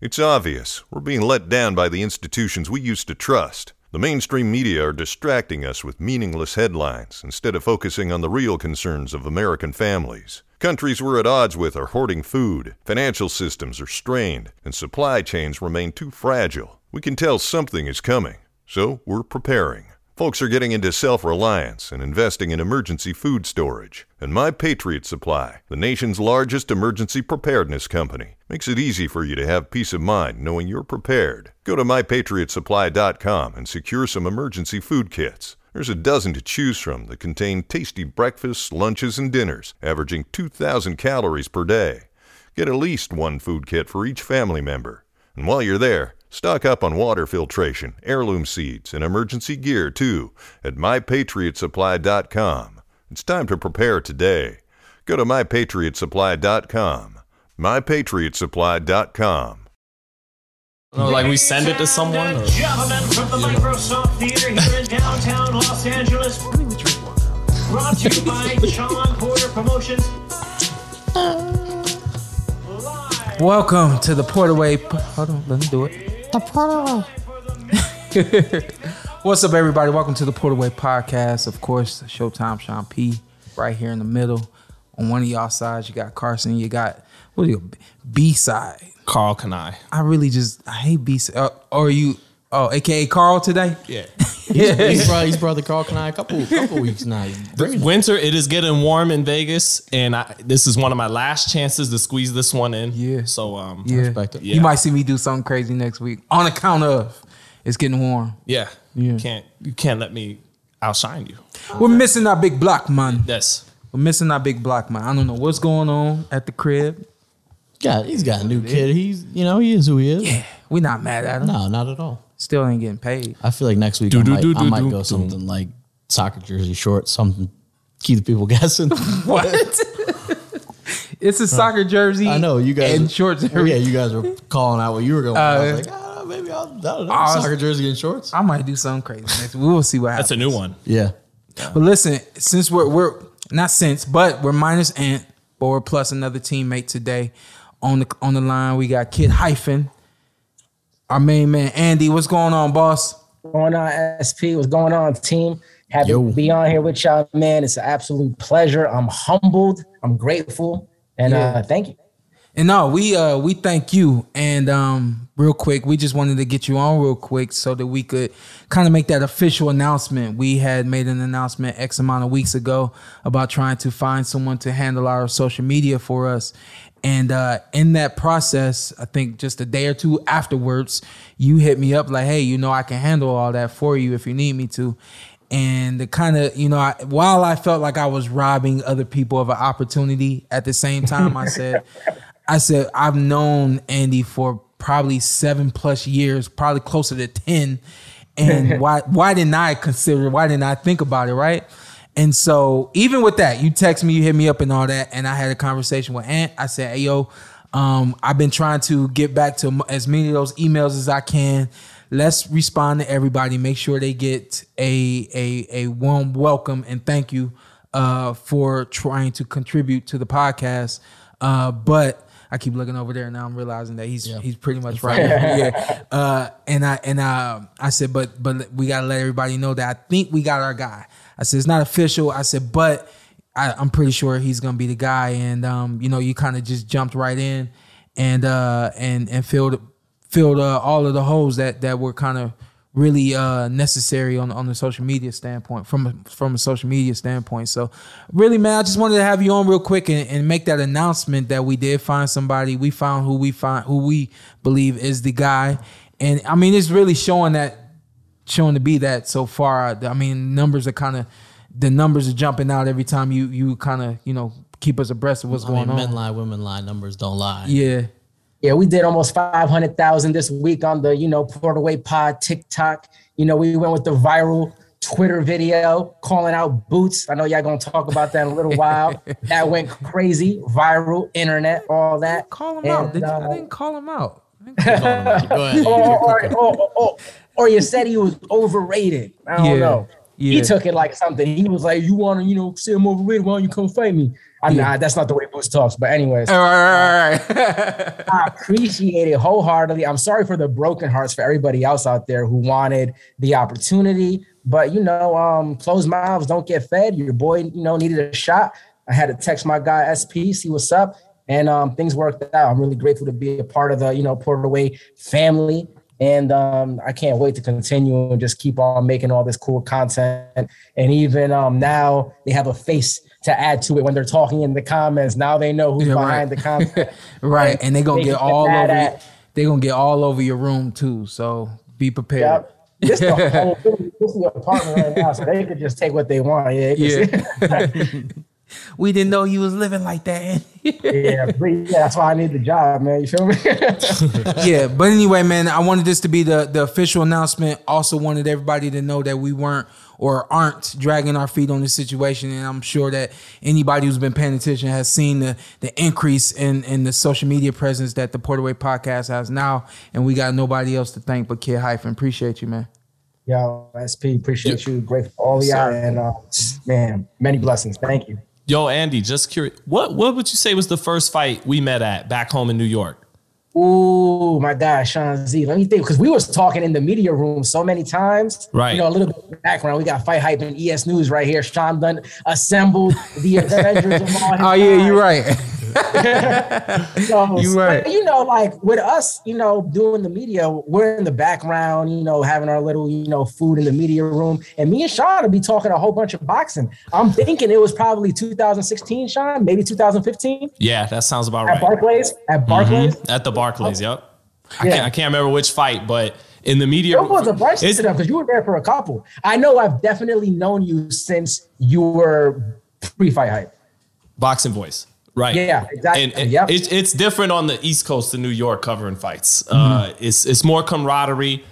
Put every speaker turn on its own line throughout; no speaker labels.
It's obvious. We're being let down by the institutions we used to trust. The mainstream media are distracting us with meaningless headlines instead of focusing on the real concerns of American families. Countries we're at odds with are hoarding food, financial systems are strained, and supply chains remain too fragile. We can tell something is coming, so we're preparing. Folks are getting into self reliance and investing in emergency food storage. And My Patriot Supply, the nation's largest emergency preparedness company, makes it easy for you to have peace of mind knowing you're prepared. Go to mypatriotsupply.com and secure some emergency food kits. There's a dozen to choose from that contain tasty breakfasts, lunches, and dinners, averaging 2,000 calories per day. Get at least one food kit for each family member. And while you're there, stock up on water filtration, heirloom seeds, and emergency gear too at mypatriotsupply.com. It's time to prepare today. Go to mypatriotsupply.com. mypatriotsupply.com.
Or like we send it to someone. Or...
Gentlemen from the Microsoft Theater here in downtown Los Angeles. Brought to you by Sean Porter Promotions. Live
Welcome to the Portaway. Po- Hold on, let me do it. The Portaway.
for the
What's up, everybody? Welcome to the Portaway Podcast. Of course, Showtime Sean P. Right here in the middle. On one of y'all sides, you got Carson. You got what do you B side?
Carl can I?
I really just I hate B side. Uh, or you? Oh, aka Carl today.
Yeah.
He's brought, he's brought the Carl Kanai a couple couple weeks now. He's bringing it.
Winter, it is getting warm in Vegas, and I, this is one of my last chances to squeeze this one in.
Yeah.
So um.
Yeah.
respect it.
You might see me do something crazy next week on account of it's getting warm.
Yeah.
Yeah.
You can't you can't let me outshine you.
We're missing our big block, man.
Yes.
We're missing our big block, man. I don't know what's going on at the crib.
Got, he's got a new kid. He's you know he is who he is.
Yeah, we not mad at him.
No, not at all.
Still ain't getting paid.
I feel like next week I
Do, do,
might,
do,
I
do,
might
do,
go
do.
something like soccer jersey shorts, something keep the people guessing.
What? it's a soccer jersey.
I know you guys Oh,
and shorts.
Yeah, you guys were calling out what you were going. I
Uh,
was like, ah, maybe I'll, I don't know,
I was-
soccer jersey and shorts.
I might do something crazy. Next. We will see what happens.
That's a new one.
yeah,
But listen, since we're we're not since, but we're minus Ant, but we're plus another teammate today. On the on the line, we got Kid Hyphen, our main man Andy. What's going on, boss?
going on, SP? What's going on, team? Happy
Yo.
to be on here with y'all, man. It's an absolute pleasure. I'm humbled. I'm grateful. And
Yeah.
uh, thank you.
And no, we uh we thank you. And um real quick, we just wanted to get you on real quick so that we could kind of make that official announcement. We had made an announcement X amount of weeks ago about trying to find someone to handle our social media for us. And uh in that process, I think just a day or two afterwards, you hit me up like, "Hey, you know I can handle all that for you if you need me to." and the kind of you know I, while i felt like i was robbing other people of an opportunity at the same time i said i said i've known andy for probably seven plus years probably closer to 10 and why why didn't i consider it? why didn't i think about it right and so even with that you text me you hit me up and all that and i had a conversation with aunt i said hey yo um, I've been trying to get back to m- as many of those emails as I can. Let's respond to everybody. Make sure they get a a a warm welcome and thank you uh, for trying to contribute to the podcast. Uh, but I keep looking over there and now I'm realizing that he's he's pretty much right. yeah. Uh, and I and uh, I said, but but we gotta let everybody know that I think we got our guy. I said it's not official. I said, but I, I'm pretty sure he's gonna be the guy. And um, you know, you kind of just jumped right in and uh and and filled filled uh, all of the holes that that were kind of really uh necessary on on the social media standpoint from a, from a social media standpoint. So really, man, I just wanted to have you on real quick and, and make that announcement that we did find somebody. We found who we find who we believe is the guy. And I mean, it's really showing that shown to be that so far. I mean, numbers are kind of the numbers are jumping out every time you you kind of you know keep us abreast of what's
I mean,
going
men
on.
lie, women lie, numbers don't lie.
Yeah,
Yeah, we did almost 500,000 this week on the, you know, Port Away Pod TikTok. You know, we went with the viral Twitter video calling out boots. I know y'all gonna talk about that in a little while. That went crazy, viral, internet, all that.
call him
And,
out. Did you,
uh,
I didn't call him out.
Go ahead.
or, or, or, or, or you said he was overrated. I don't
Yeah,
know.
yeah.
He took it like something. He was like, "You want to, you know, say I'm overrated? Why don't you come fight me?" I'm not. That's not the way Boots talks. But anyways,
All right, all right, all right.
I appreciate it wholeheartedly. I'm sorry for the broken hearts for everybody else out there who wanted the opportunity. But you know, um, closed mouths don't get fed. Your boy, you know, needed a shot. I had to text my guy SP, see what's up, and um, things worked out. I'm really grateful to be a part of the, you know, Porter Away family. And um, I can't wait to continue and just keep on making all this cool content. And even um, now, they have a face to add to it when they're talking in the comments. Now they know who's
Yeah, right.
behind the comments.
right. And they're gonna
They
get
get
all
mad
over.
at-
They're gonna get all over your room too. So be prepared.
Yep. This the whole building, this the apartment right now, so they could just take what they want. Yeah, they could-
Yeah. we didn't know you was living like that.
yeah, but yeah. That's why I need the job, man. You feel me?
yeah, but anyway, man, I wanted this to be the the official announcement. Also wanted everybody to know that we weren't or aren't dragging our feet on this situation, and I'm sure that anybody who's been paying attention has seen the the increase in in the social media presence that the Portaway Podcast has now, and we got nobody else to thank but Kid Hyphen. Appreciate you, man.
Yo, SP, appreciate you. Grateful for all y'all, and uh, man, many blessings. Thank you.
Yo, Andy, just curious, what what would you say was the first fight we met at back home in New York?
Ooh, my God, Sean Z. Let me think, because we was talking in the media room so many times.
Right.
You know, a little bit of background. We got fight hype and ES News right here. Sean Dunn assembled the Avengers. of all his
Oh yeah,
time.
you're right.
So,
You
so,
right.
you know, like with us, you know, doing the media, we're in the background, you know, having our little, you know, food in the media room. And me and Sean will be talking a whole bunch of boxing. I'm thinking it was probably 2016, Sean, maybe 2015
Yeah, that sounds about right.
at
Mm-hmm.
Barclays. At Barclays.
At the Barclays, yep. I,
Yeah.
can't, I can't remember which fight, but in the media,
It was a price
It's-
to them because you were there for a couple. I know I've definitely known you since you were pre-fight hype.
boxing voice. Right.
Yeah, exactly.
And, and
Yep.
it's it's different on the East Coast to New York covering fights. Uh,
Mm-hmm.
it's it's more camaraderie.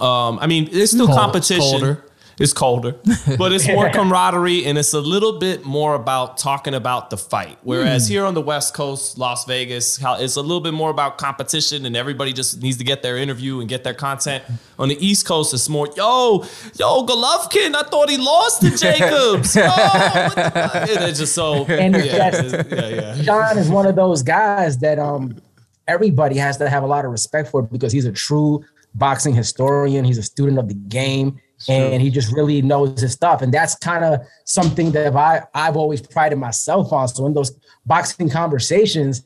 Um, I mean, it's still
Cold-
competition.
colder.
It's colder, but it's more camaraderie and it's a little bit more about talking about the fight. Whereas
Mm.
here on the West Coast, Las Vegas, how it's a little bit more about competition and everybody just needs to get their interview and get their content. On the East Coast, it's more, yo, yo, Golovkin, I thought he lost to Jacobs. Yo, what the fuck?" And it's just so,
And it's
yeah,
just-
it's- yeah, yeah.
Sean is one of those guys that um everybody has to have a lot of respect for because he's a true boxing historian. He's a student of the game. And he just really knows his stuff. And that's kind of something that I, I've always prided myself on. So in those boxing conversations,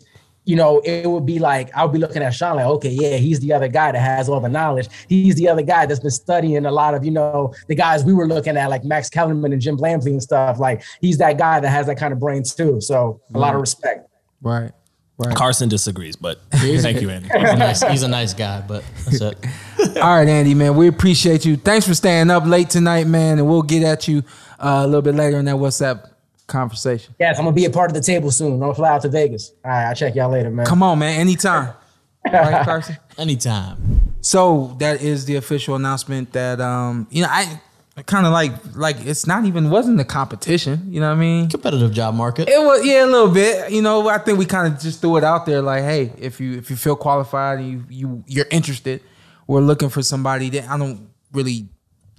you know, it would be like I'll be looking at Sean like, okay, yeah, he's the other guy that has all the knowledge. He's the other guy that's been studying a lot of, you know, the guys we were looking at, like Max Kellerman and Jim Lampley and stuff. Like he's that guy that has that kind of brains too. So a lot of respect.
Right.
Carson disagrees, but thank you, Andy. Carson.
Nice- he's a nice guy, but that's it.
All right, Andy, man, we appreciate you. Thanks for staying up late tonight, man, and we'll get at you uh, a little bit later in that WhatsApp conversation.
Yes, I'm gonna be a part of the table soon. I'm gonna fly out to Vegas. All right, I'll check y'all later, man.
Come on, man, anytime. Right, Carson?
Anytime.
So that is the official announcement that um, you know, I, I kind of like like it's not even wasn't a competition, you know what I mean?
Competitive job market.
It was yeah, a little bit. You know, I think we kind of just threw it out there, like, hey, if you if you feel qualified and you you you're interested, we're looking for somebody that I don't really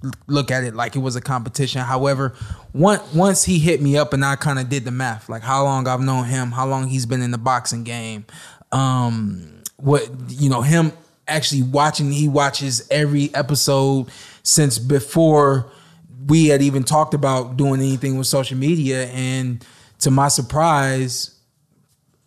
l- look at it like it was a competition. However, once once he hit me up and I kind of did the math, like how long I've known him, how long he's been in the boxing game, um, what you know him actually watching. He watches every episode since before we had even talked about doing anything with social media and to my surprise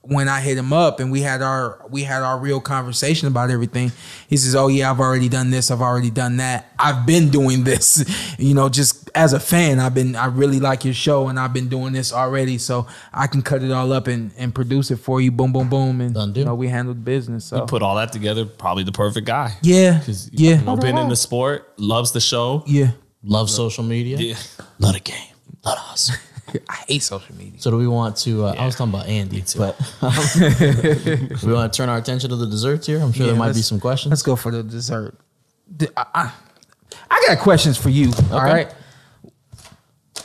when I hit him up and we had our we had our real conversation about everything he says oh yeah I've already done this I've already done that I've been doing this you know just as a fan I've been I really like your show and I've been doing this already so I can cut it all up and and produce it for you boom boom boom and
Done deal.
you know we handled business so
Put all that together, probably the perfect guy.
yeah yeah
You know, been in the sport, loves the show.
yeah
Love social media.
Yeah.
Love the game. Love us.
I hate social media
So do we want to? Uh, I was talking about Andy too. But um, we want to turn our attention to the desserts here. I'm sure there
Yeah,
might be
let's-
some
Let's
questions.
go for the dessert. D- I, I- I got questions for you. All right.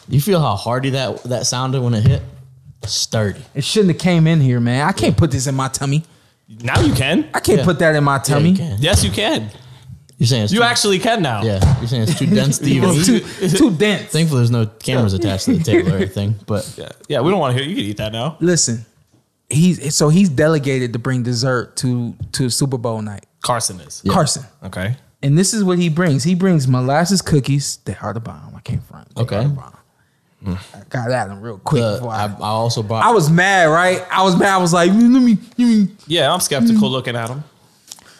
You feel how hearty that that sounded when it hit? Sturdy.
It shouldn't have came in here, man. I can't put this in my tummy.
Now you can.
I can't
Yeah.
put that in my
Yeah,
tummy.
you can.
Yes, you can.
You're saying it's
You
too,
actually can now.
yeah. You're saying it's too dense to even.
too, too dense.
Thankfully, there's no cameras attached to the table or anything. But
Yeah, yeah we don't want to hear. You can eat that now.
Listen, he's so he's delegated to bring dessert to to Super Bowl night.
Carson is.
Carson,
Okay.
and this is what he brings. He brings molasses cookies. They're hard to bomb. I can't front. They're
Okay.
hard to bomb. I got at him real quick.
the,
before
uh, I,
I,
I also bought.
I was mad, right? I was mad. I was like, let me, let me,
Yeah, I'm skeptical
Mm-hmm.
looking at him.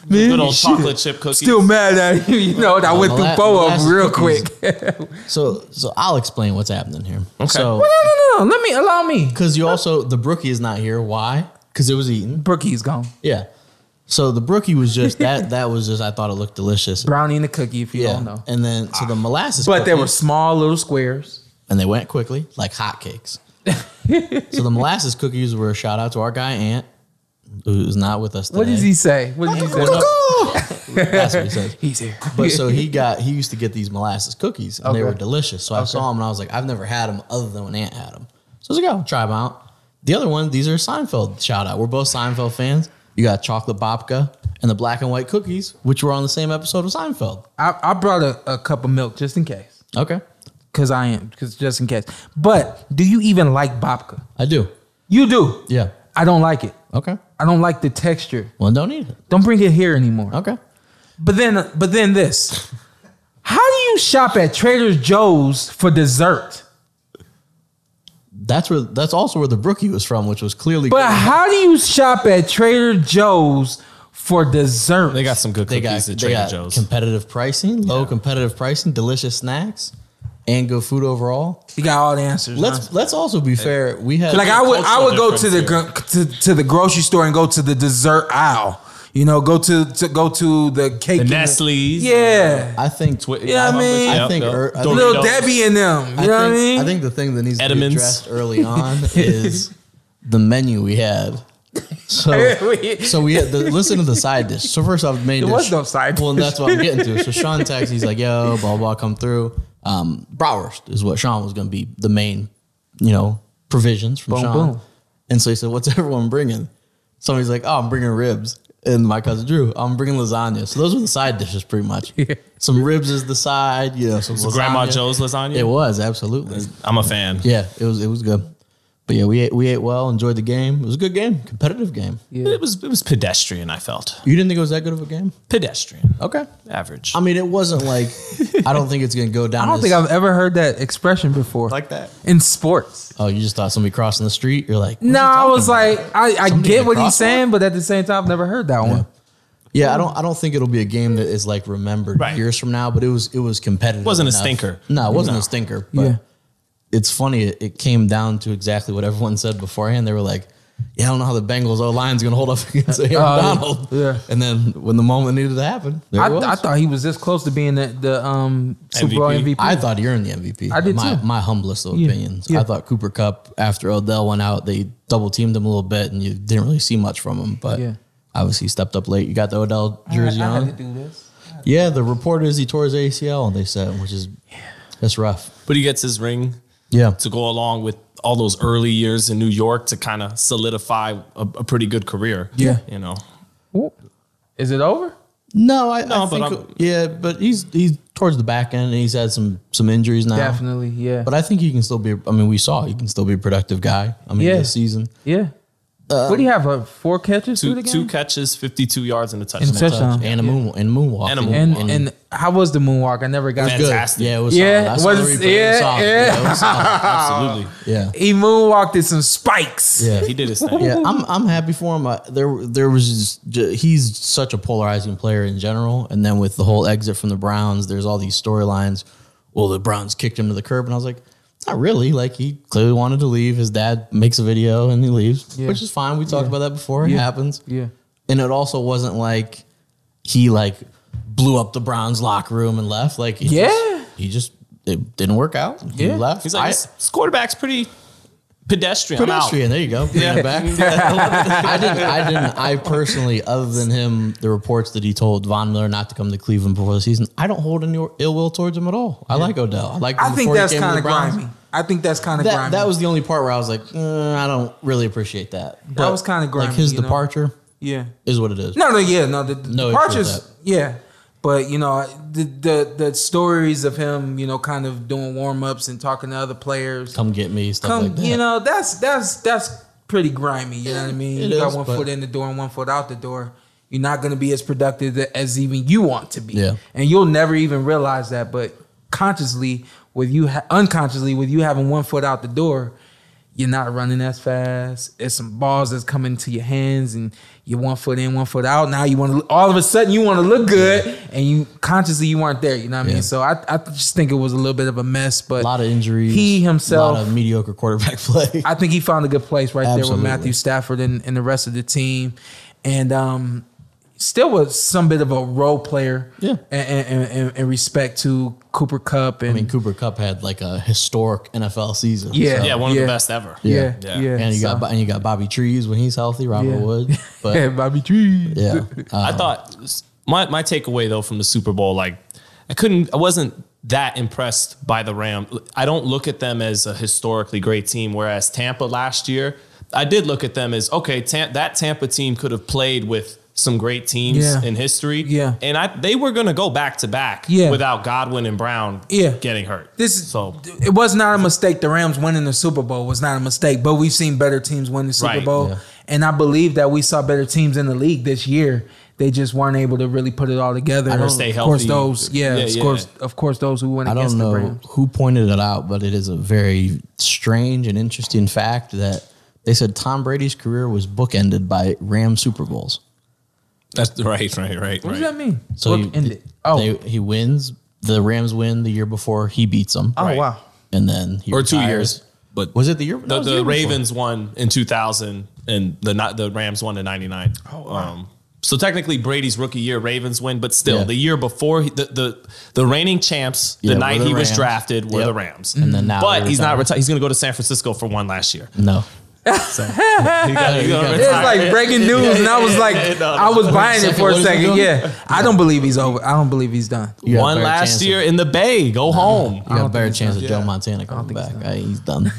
man,
Good old
shit.
chocolate chip cookies.
Still mad at you, you know. That I went through
mola-
four of them
molasses
real
cookies.
quick.
So so I'll explain what's happening here. Okay.
no,
So
no, no. Let me allow me.
because you also the brookie is not here. Why? Because it was eaten.
Brookie's gone.
Yeah. So the brookie was just that. That was just. I thought it looked delicious.
Brownie and a cookie, if you
Yeah.
don't know.
And then so the molasses.
Ah. But they
cookies-
were small little squares.
and they went quickly like hotcakes. so the molasses cookies were a shout out to our guy Ant, who's not with us today.
What does he say? What does he say?
That's what he says.
He's here.
But so he got he used to get these molasses cookies and they
Okay.
were delicious. So I saw them and I was like, I've never had them other than when Aunt had them. So I was like, I'll try them out. The other one, these are Seinfeld shout out. We're both Seinfeld fans. You got chocolate babka and the black and white cookies, which were on the same episode of Seinfeld.
I, I brought a, a cup of milk just in case.
Okay,
Cause I am, cause just in case. But do you even like babka?
I do.
You do.
Yeah.
I don't like it.
Okay.
I don't like the texture.
Well, don't eat it.
Don't bring it here anymore.
Okay.
But then, but then this. How do you shop at Trader Joe's for dessert?
That's where. That's also where the brookie was from, which was clearly.
But how do you shop at Trader Joe's for dessert?
They got some good
they
cookies
got,
at
they
Trader
got
Joe's.
competitive pricing, low competitive pricing, delicious snacks, and good food overall.
You got all the answers. huh?
Let's let's also be fair. We had
like I would I
cultural
would go to the gro-
difference
to, to the grocery store and go to the dessert aisle. You know, go to, to go to the cake.
the
and-
Nestle's.
Yeah.
I think
Twi-
Yeah, I
I'm with
mean-
you.
I
Yep,
think
yep.
er- I think-
Little
Doritos.
Debbie and them. You
I,
know what I
think,
mean?
I think the thing that needs to
Edamins.
be addressed early on is the menu we had. So so we had the, listen to the side dish. So first off, the main
There
dish.
was no side
Well,
dish.
that's what I'm getting to. So Sean texts. He's like, "Yo, blah blah, come through." Um, bratwurst is what Sean was going to be the main, you know, provisions from
Boom,
Sean.
boom.
And so he said, "What's everyone bringing?" Somebody's like, "Oh, I'm bringing ribs." And my cousin Drew, I'm bringing lasagna. So those were the side dishes, pretty much. Some ribs is the side, you know. Some lasagna.
Grandma Joe's lasagna.
It was absolutely.
I'm a fan.
Yeah, it was. It was good. But yeah, we ate. We ate well. Enjoyed the game. It was a good game. Competitive game.
It was it was pedestrian. I felt
You didn't think it was that good of a game?
pedestrian,
Okay.
average.
I mean, it wasn't like. I don't think it's gonna go down.
I don't
as-
think I've ever heard that expression before. Like
that.
in sports.
Oh, you just thought somebody crossing the street. You're like,
No, I was like, I, I
Somebody
get
in a
what
crosswalk?
he's saying, but at the same time, I've never heard that one.
yeah, I don't. I don't think it'll be a game that is like remembered
Right.
years from now. But it was. It was competitive.
Wasn't a
enough.
stinker.
No, it wasn't a stinker. But
Yeah.
it's funny. It, it came down to exactly what everyone said beforehand. They were like, "Yeah, I don't know how the Bengals O line's gonna hold up against Aaron
Oh, yeah.
Donald."
Yeah.
And then when the moment needed to happen, there it
I,
was.
I thought he was this close to being the, the um, Super Bowl
MVP.
MVP.
I thought he earned the MVP.
I did
my,
too.
my humblest of opinions.
yeah.
I thought Cooper Cup after Odell went out, they double teamed him a little bit, and you didn't really see much from him. But
Yeah.
obviously, he stepped up late. You got the Odell jersey
I had to do
on.
this.
Yeah, the report is he tore his ACL. They said, which is that's rough.
but he gets his ring
Yeah,
to go along with all those early years in New York to kind of solidify a, a pretty good career.
Yeah.
you know.
Is it over?
no, I,
No,
I
but
think,
I'm-
yeah, but he's he's towards the back end, and he's had some some injuries now.
Definitely, yeah.
But I think he can still be. I mean, we saw he can still be a productive guy. I mean,
Yeah.
this season.
Yeah. what do you have? Uh, four catches through
Two,
the
two
game?
catches, 52 yards, and a touchdown.
And touchdown.
And a moon and moonwalk.
And a moonwalk.
And and how was the moonwalk? I never got
Man,
good.
Fantastic.
Yeah, it was
Yeah,
solid. I saw
was-
the replay. It
yeah,
was solid.
yeah.
it was solid.
Absolutely.
Yeah.
He moonwalked in some spikes.
Yeah.
He did his thing.
Yeah, I'm I'm happy for him. I, there there was just, ju- he's such a polarizing player in general, and then with the whole exit from the Browns, there's all these storylines. Well, the Browns kicked him to the curb, and I was like, not really. Like he clearly wanted to leave. His dad makes a video, and he leaves,
Yeah.
which is fine. We talked about that before. It happens.
Yeah.
and it also wasn't like he like blew up the Browns locker room and left. Like he
Yeah.
just, he just it didn't work out. He
Yeah.
left.
He's like,
I-
this, this quarterback's pretty pedestrian. I'm out.
pedestrian. There you go. Bring it back. I didn't. I didn't. I personally, other than him, the reports that he told Von Miller not to come to Cleveland before the season, I don't hold any ill will towards him at all. I like Odell. I like. Him
I think
before he
that's
came to the
kind of
Browns.
grimy. I think that's kind of grimy.
That, that was the only part where I was like, "Mm, I don't really appreciate that. But
was kinda grimy,
Like his
you know?
departure
yeah.
is what it is.
No, no, yeah, no. The, the
No issue with
departures,
that.
yeah. But you know, the the, the stories of him, you know, kind of doing warm ups and talking to other players.
Come get me, stuff
Come,
like that.
you know, that's that's that's pretty grimy. You know what I mean?
It
you got
is,
one
but-
foot in the door and one foot out the door. You're not going to be as productive as even you want to be,
Yeah.
and you'll never even realize that. But consciously, with you ha- unconsciously, with you having one foot out the door, you're not running as fast. It's some balls that's coming to your hands, and you're one foot in, one foot out. Now you want to all of a sudden you want to look good, and you consciously you weren't there. You know what I
Yeah.
mean? So I, I just think it was a little bit of a mess, but
a lot of injuries.
He himself,
a lot of mediocre quarterback play.
I think he found a good place right there with
Absolutely.
Matthew Stafford and, and the rest of the team, and um, still was some bit of a role player.
Yeah.
and in, in, in respect to Cooper Cup and
I mean, Cooper Cup had like a historic NFL season.
Yeah.
so-
Yeah, one of
Yeah.
the best ever.
yeah, yeah,
Yeah.
and you
so-
got Bo- and you got Bobby Trees when he's healthy, Robert
Yeah.
Wood.
yeah,
But
Bobby Trees.
yeah,
I
um,
thought my my takeaway though from the Super Bowl, like I couldn't, I wasn't that impressed by the Ram. I don't look at them as a historically great team. Whereas Tampa last year, I did look at them as okay, Tam- that Tampa team could have played with some great teams
Yeah.
in history.
Yeah.
and I they were gonna go back to back.
Yeah.
without Godwin and Brown.
Yeah.
getting hurt.
This is
so
it was not a mistake. The Rams winning the Super Bowl was not a mistake, but we've seen better teams win the Super
Right,
Bowl,
yeah.
and I believe that we saw better teams in the league this year. They just weren't able to really put it all together.
Or stay
of course,
healthy.
those yeah,
Yeah,
of
yeah.
course, of course, those who went
I
against
don't
the
know
Rams.
who pointed it out, but it is a very strange and interesting fact that they said Tom Brady's career was bookended by Ram Super Bowls.
that's right, right, right,
What does that mean?
So
Book
he,
ended. Oh,
they- he wins. The Rams win the year before he beats them.
oh
right.
wow.
and then he
or two
retires.
years, but
Was it the year? no, it
the,
was year
the
before.
Ravens won in 2000 and the not the Rams won in 99. Oh, um, so technically Brady's rookie year Ravens win, but still
Yeah.
the year before he, the, the the reigning champs the
Yeah, were
night
the
he was
Rams.
drafted were
Yep.
the Rams.
And then now
but
he
he's not
retired.
retired. He's going to go to San Francisco for one last year.
No.
He's gonna- he's gonna
It's
It's
retire.
like breaking news, and I was like, I was buying it for a
What is he
second.
doing?
Yeah, I don't believe he's over. I don't believe he's done.
You got a
one
better
last
chance of-
year in the Bay. Go home.
You got a better chance of
Yeah.
Joe Montana coming back. Hey, he's done.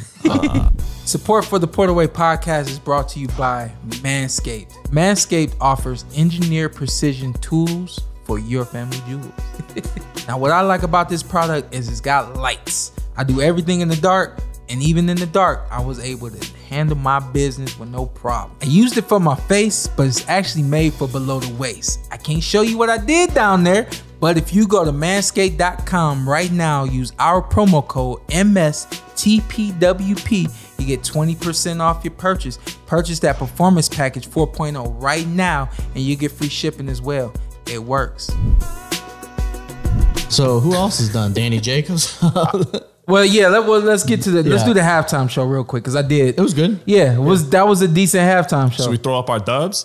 Support for the Portaway podcast is brought to you by Manscaped. Manscaped offers engineer precision tools for your family jewels. now, what I like about this product is it's got lights. I do everything in the dark, and even in the dark, I was able to handle my business with no problem. I used it for my face, but it's actually made for below the waist. I can't show you what I did down there, but if you go to manscaped.com right now, use our promo code MSTPWP, you get 20% off your purchase. Purchase that performance package 4.0 right now, and you get free shipping as well. It works.
so who else is done? Danny Jacobs.
Well, yeah, let, well, let's get to the let's
Yeah.
do the halftime show real quick because I did.
It was good.
Yeah, it was that was a decent halftime show.
Should we throw up our dubs?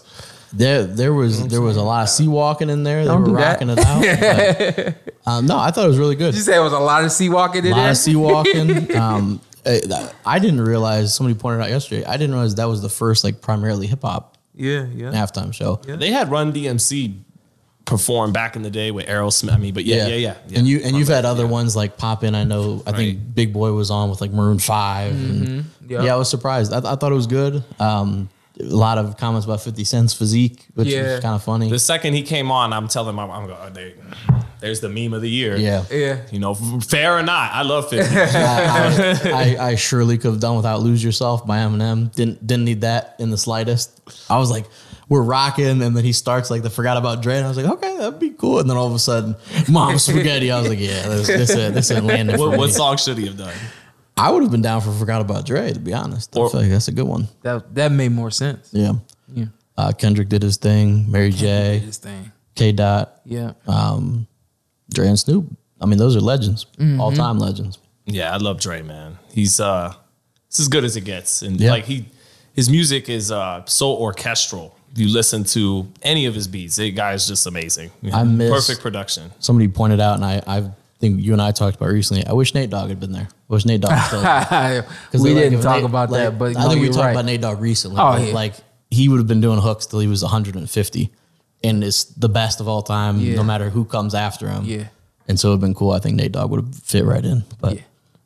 There, there was there was a lot of sea walking in there. They
Don't
were
do that.
rocking it out. but, um, no, I thought it was really good.
you say it was a lot of sea walking in
A lot
there.
of sea walking. Um, I, I didn't realize. Somebody pointed out yesterday. I didn't realize that was the first like primarily hip hop
yeah, yeah.
halftime show.
They had Run DMC perform back in the day with Aerosmith. I mean, but yeah, yeah, yeah. yeah.
And you and you've had other ones like pop in. I know. I think Big Boy was on with like Maroon 5 and-
Yeah.
yeah, I was surprised. I, I thought it was good. Um, a lot of comments about Fifty Cent's physique, which
Yeah.
was kind of funny.
The second he came on, I'm telling my I'm going, oh, there, there's the meme of the year.
yeah.
yeah.
You know, f- fair or not, I love 50.
I, I surely could have done without "Lose Yourself" by Eminem. Didn't didn't need that in the slightest. I was like, "We're rocking," and then he starts like the "Forgot About Dre," and I was like, "Okay, that'd be cool." And then all of a sudden, "Mom Spaghetti." I was like, "Yeah, this this ain't- this ain't landing." For
what, what
me.
song should he have done?
I would have been down for "Forgot About Dre" to be honest. I
Or-
feel like that's a good one.
That that made more sense.
Yeah.
Yeah.
Uh, Kendrick did his thing. Mary J.
This thing.
K. Dot.
Yeah.
Um, Dre and Snoop. I mean, those are legends, all time legends.
Yeah, I love Dre, man. He's uh it's as good as it gets. And
Yeah.
like he his music is uh so orchestral. If you listen to any of his beats, the guy's just amazing.
I miss-
perfect production.
Somebody pointed out, and I, I think you and I talked about it recently. I wish Nate Dogg had been there. I wish Nate Dogg was still. there.
we
'Cause like,
didn't
if
talk
Nate-
about
like,
that, but
I
no,
think we
you're
talked
right.
about Nate Dogg recently.
Oh,
but,
yeah.
Like he would have been doing hooks till he was 150, and it's the best of all time,
Yeah.
no matter who comes after him.
Yeah.
And so it'd been cool. I think Nate Dogg would have fit right in. But
Yeah.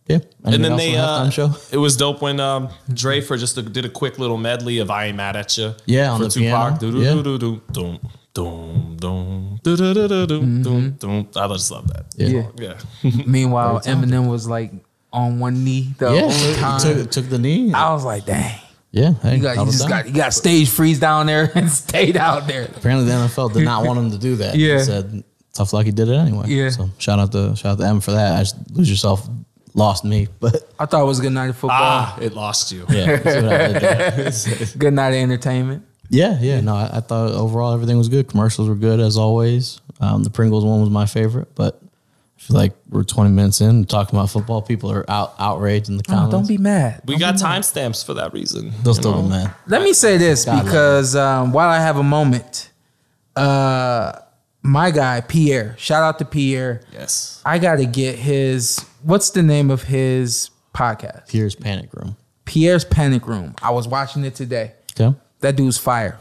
yeah, Anything
And then
else
they
on the
uh,
halftime show.
it was dope when um, Dre for just a, did a quick little medley of "I Ain't Mad at You."
Yeah, on
for
the piano.
Tupac. Do, do,
Yeah.
do, do, do, do. Doom, doom, da-da-da-da-doom, doom, doom. I just love that.
Yeah.
Yeah.
Yeah.
Meanwhile, Eminem was like on one knee the
Yeah,
whole
he
time.
took, took the knee.
I was like, dang.
yeah, hey,
You got,
I
you
was
just
down.
got, you got stage freeze down there and stayed out there.
Apparently, the NFL did not want him to do that.
Yeah.
They said tough luck, he did it anyway.
Yeah.
So shout out to shout out to M for that. I just, lose yourself, lost me, but
I thought it was good night of football,
Ah, it lost you.
yeah, it's whatever.
good night of entertainment.
yeah, yeah. No, I, I thought overall everything was good. Commercials were good as always. Um, the Pringles one was my favorite, but I feel like we're 20 minutes in talking about football. People are out outraged in the
Oh,
comments.
don't be mad.
We got timestamps for that reason.
They'll
you
still
know?
be mad.
Let me say this because um, while I have a moment, uh, my guy Pierre, shout out to Pierre.
Yes.
I got to get his. What's the name of his podcast?
Here's panic room.
Pierre's Panic Room. I was watching it today.
Okay.
That dude's fire.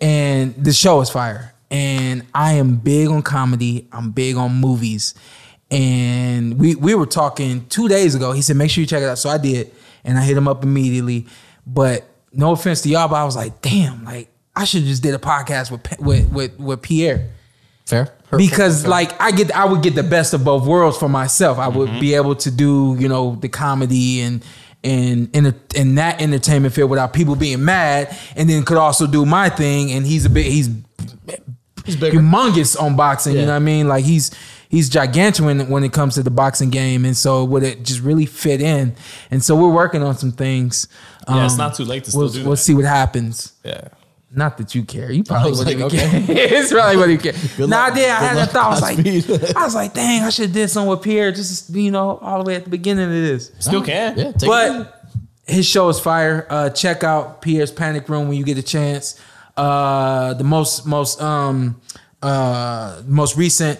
And the show is fire. And I am big on comedy. I'm big on movies. And we we were talking two days ago. He said, make sure you check it out. So I did. And I hit him up immediately. But no offense to y'all, but I was like, damn, like I should just did a podcast with Pa- with with, with Pierre
Fair.
because like I get I would get the best of both worlds for myself. I would
Mm-hmm.
be able to do you know the comedy and and in in that entertainment field without people being mad, and then could also do my thing. And he's a bit he's
He's
humongous on boxing. You
Yeah.
know what I mean? Like he's he's gigantic when, when it comes to the boxing game, and so would it just really fit in? And so we're working on some things. Um,
Yeah, it's not too late to still
We'll,
do
we'll
that.
see what happens.
Yeah.
Not that you care. You probably
was
wouldn't
like,
even care. it's probably what you care.
Good
nah, I
luck.
did. I
Good
had
luck.
that thought. I was
Godspeed.
like, I was like, dang, I should have did something with Pierre just you know all the way at the beginning of this.
Still can.
Yeah. Take it.
But his show is fire. Uh, check out Pierre's Panic Room when you get a chance. Uh, the most most um uh most recent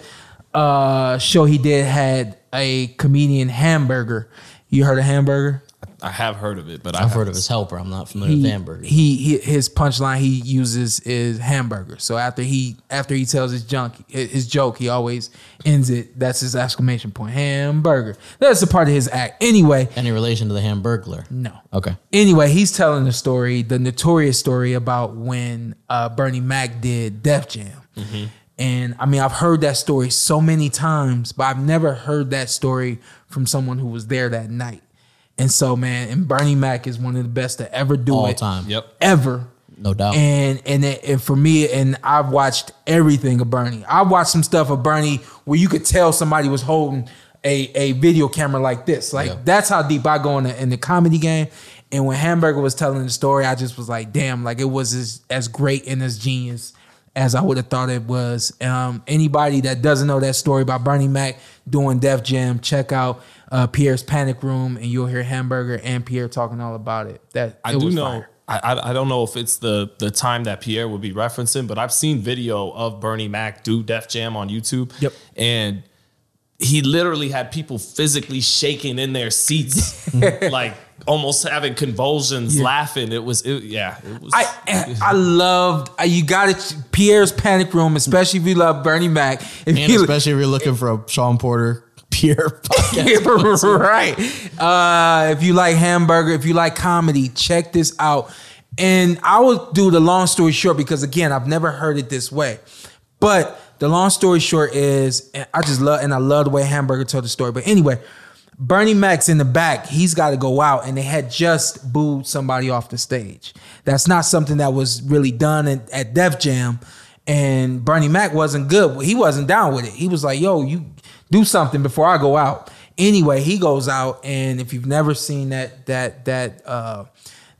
uh show he did had a comedian hamburger. You heard of hamburger?
I have heard of it, but
I've
I've
heard of his helper. I'm not familiar with hamburger.
He, he his punchline he uses is hamburger. So after he after he tells his junk his joke, he always ends it. That's his exclamation point. Hamburger. That's a part of his act. Anyway,
Any relation to the Hamburglar?
no.
Okay.
Anyway, he's telling the story, the notorious story about when uh, Bernie Mac did Def Jam.
Mm-hmm.
And I mean, I've heard that story so many times, but I've never heard that story from someone who was there that night. And so, man, and Bernie Mac is one of the best to ever do
All
it
time.
Yep.
ever.
No doubt.
And and it, and for me, and I've watched everything of Bernie. I watched some stuff of Bernie where you could tell somebody was holding a, a video camera like this. Like
Yeah.
that's how deep I go in the, in the comedy game. And when Hamburger was telling the story, I just was like, damn, like it was as, as great and as genius as I would have thought it was. Um, anybody that doesn't know that story about Bernie Mac doing Def Jam, check out uh, Pierre's Panic Room, and you'll hear Hamburger and Pierre talking all about it. That
I
it
do
was
know.
fire.
I, I I don't know if it's the the time that Pierre would be referencing, but I've seen video of Bernie Mac do Def Jam on YouTube.
Yep.
And he literally had people physically shaking in their seats, like almost having convulsions, laughing. It was it, yeah. It was
I I loved uh, you got it Pierre's panic room, especially if you love Bernie Mac. If
And
you
especially if you're looking for a Sean Porter Pierre podcast.
right. Uh, if you like hamburger, if you like comedy, check this out. And I will do the long story short because again, I've never heard it this way. But the long story short is, and I just love and I love the way Hamburger told the story. But anyway, Bernie Mac's in the back. He's got to go out, and they had just booed somebody off the stage. That's not something that was really done at, at Def Jam. And Bernie Mac wasn't good. He wasn't down with it. He was like, "Yo, you do something before I go out. Anyway, he goes out, and if you've never seen that that that uh,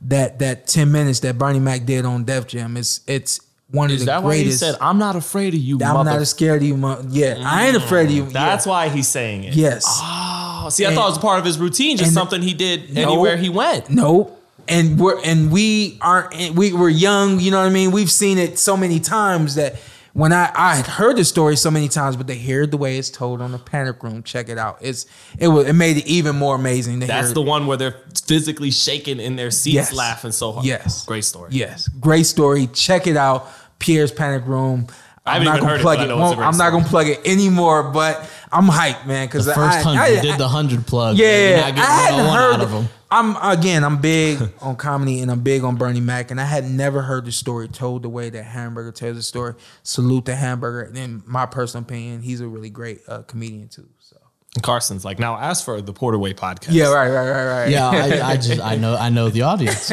that that ten minutes that Bernie Mac did on Def Jam, it's it's one of
is
the
that why he
greatest.
said, "I'm not afraid of you,
I'm
mother." Mm,
not scared of you, mo- yeah. I ain't afraid of you.
That's
yeah.
why he's saying it.
yes.
Oh, see, I thought it was part of his routine, just
and-
something he did anywhere he went.
No. And we're and we aren't and we we're young, you know what I mean? We've seen it so many times that when I I had heard the story so many times, but to hear the way it's told on the panic room, check it out. It's it was it made it even more amazing to
That's
hear.
the one where they're physically shaking in their seats,
Yes.
laughing so hard.
Yes.
Great story.
Yes. Great story. Check it out. Pierre's Panic Room.
I haven't
I'm not
even
gonna
heard it,
plug
but I
it.
know it's a
Won't-
great
I'm not
story.
gonna plug it anymore, but I'm hyped, man. Because
The first
I,
time
I-
you did the hundred plug, you're
yeah,
not
I
getting
hadn't
101
heard.
out of them.
I'm again, I'm big on comedy and I'm big on Bernie Mac, and I had never heard the story told the way that Hamburger tells the story. Salute to Hamburger. And in my personal opinion, he's a really great uh, comedian too. So
And Carson's like, now ask for the Porterway podcast.
yeah, right, right, right, right.
Yeah, I, I just I know I know the audience,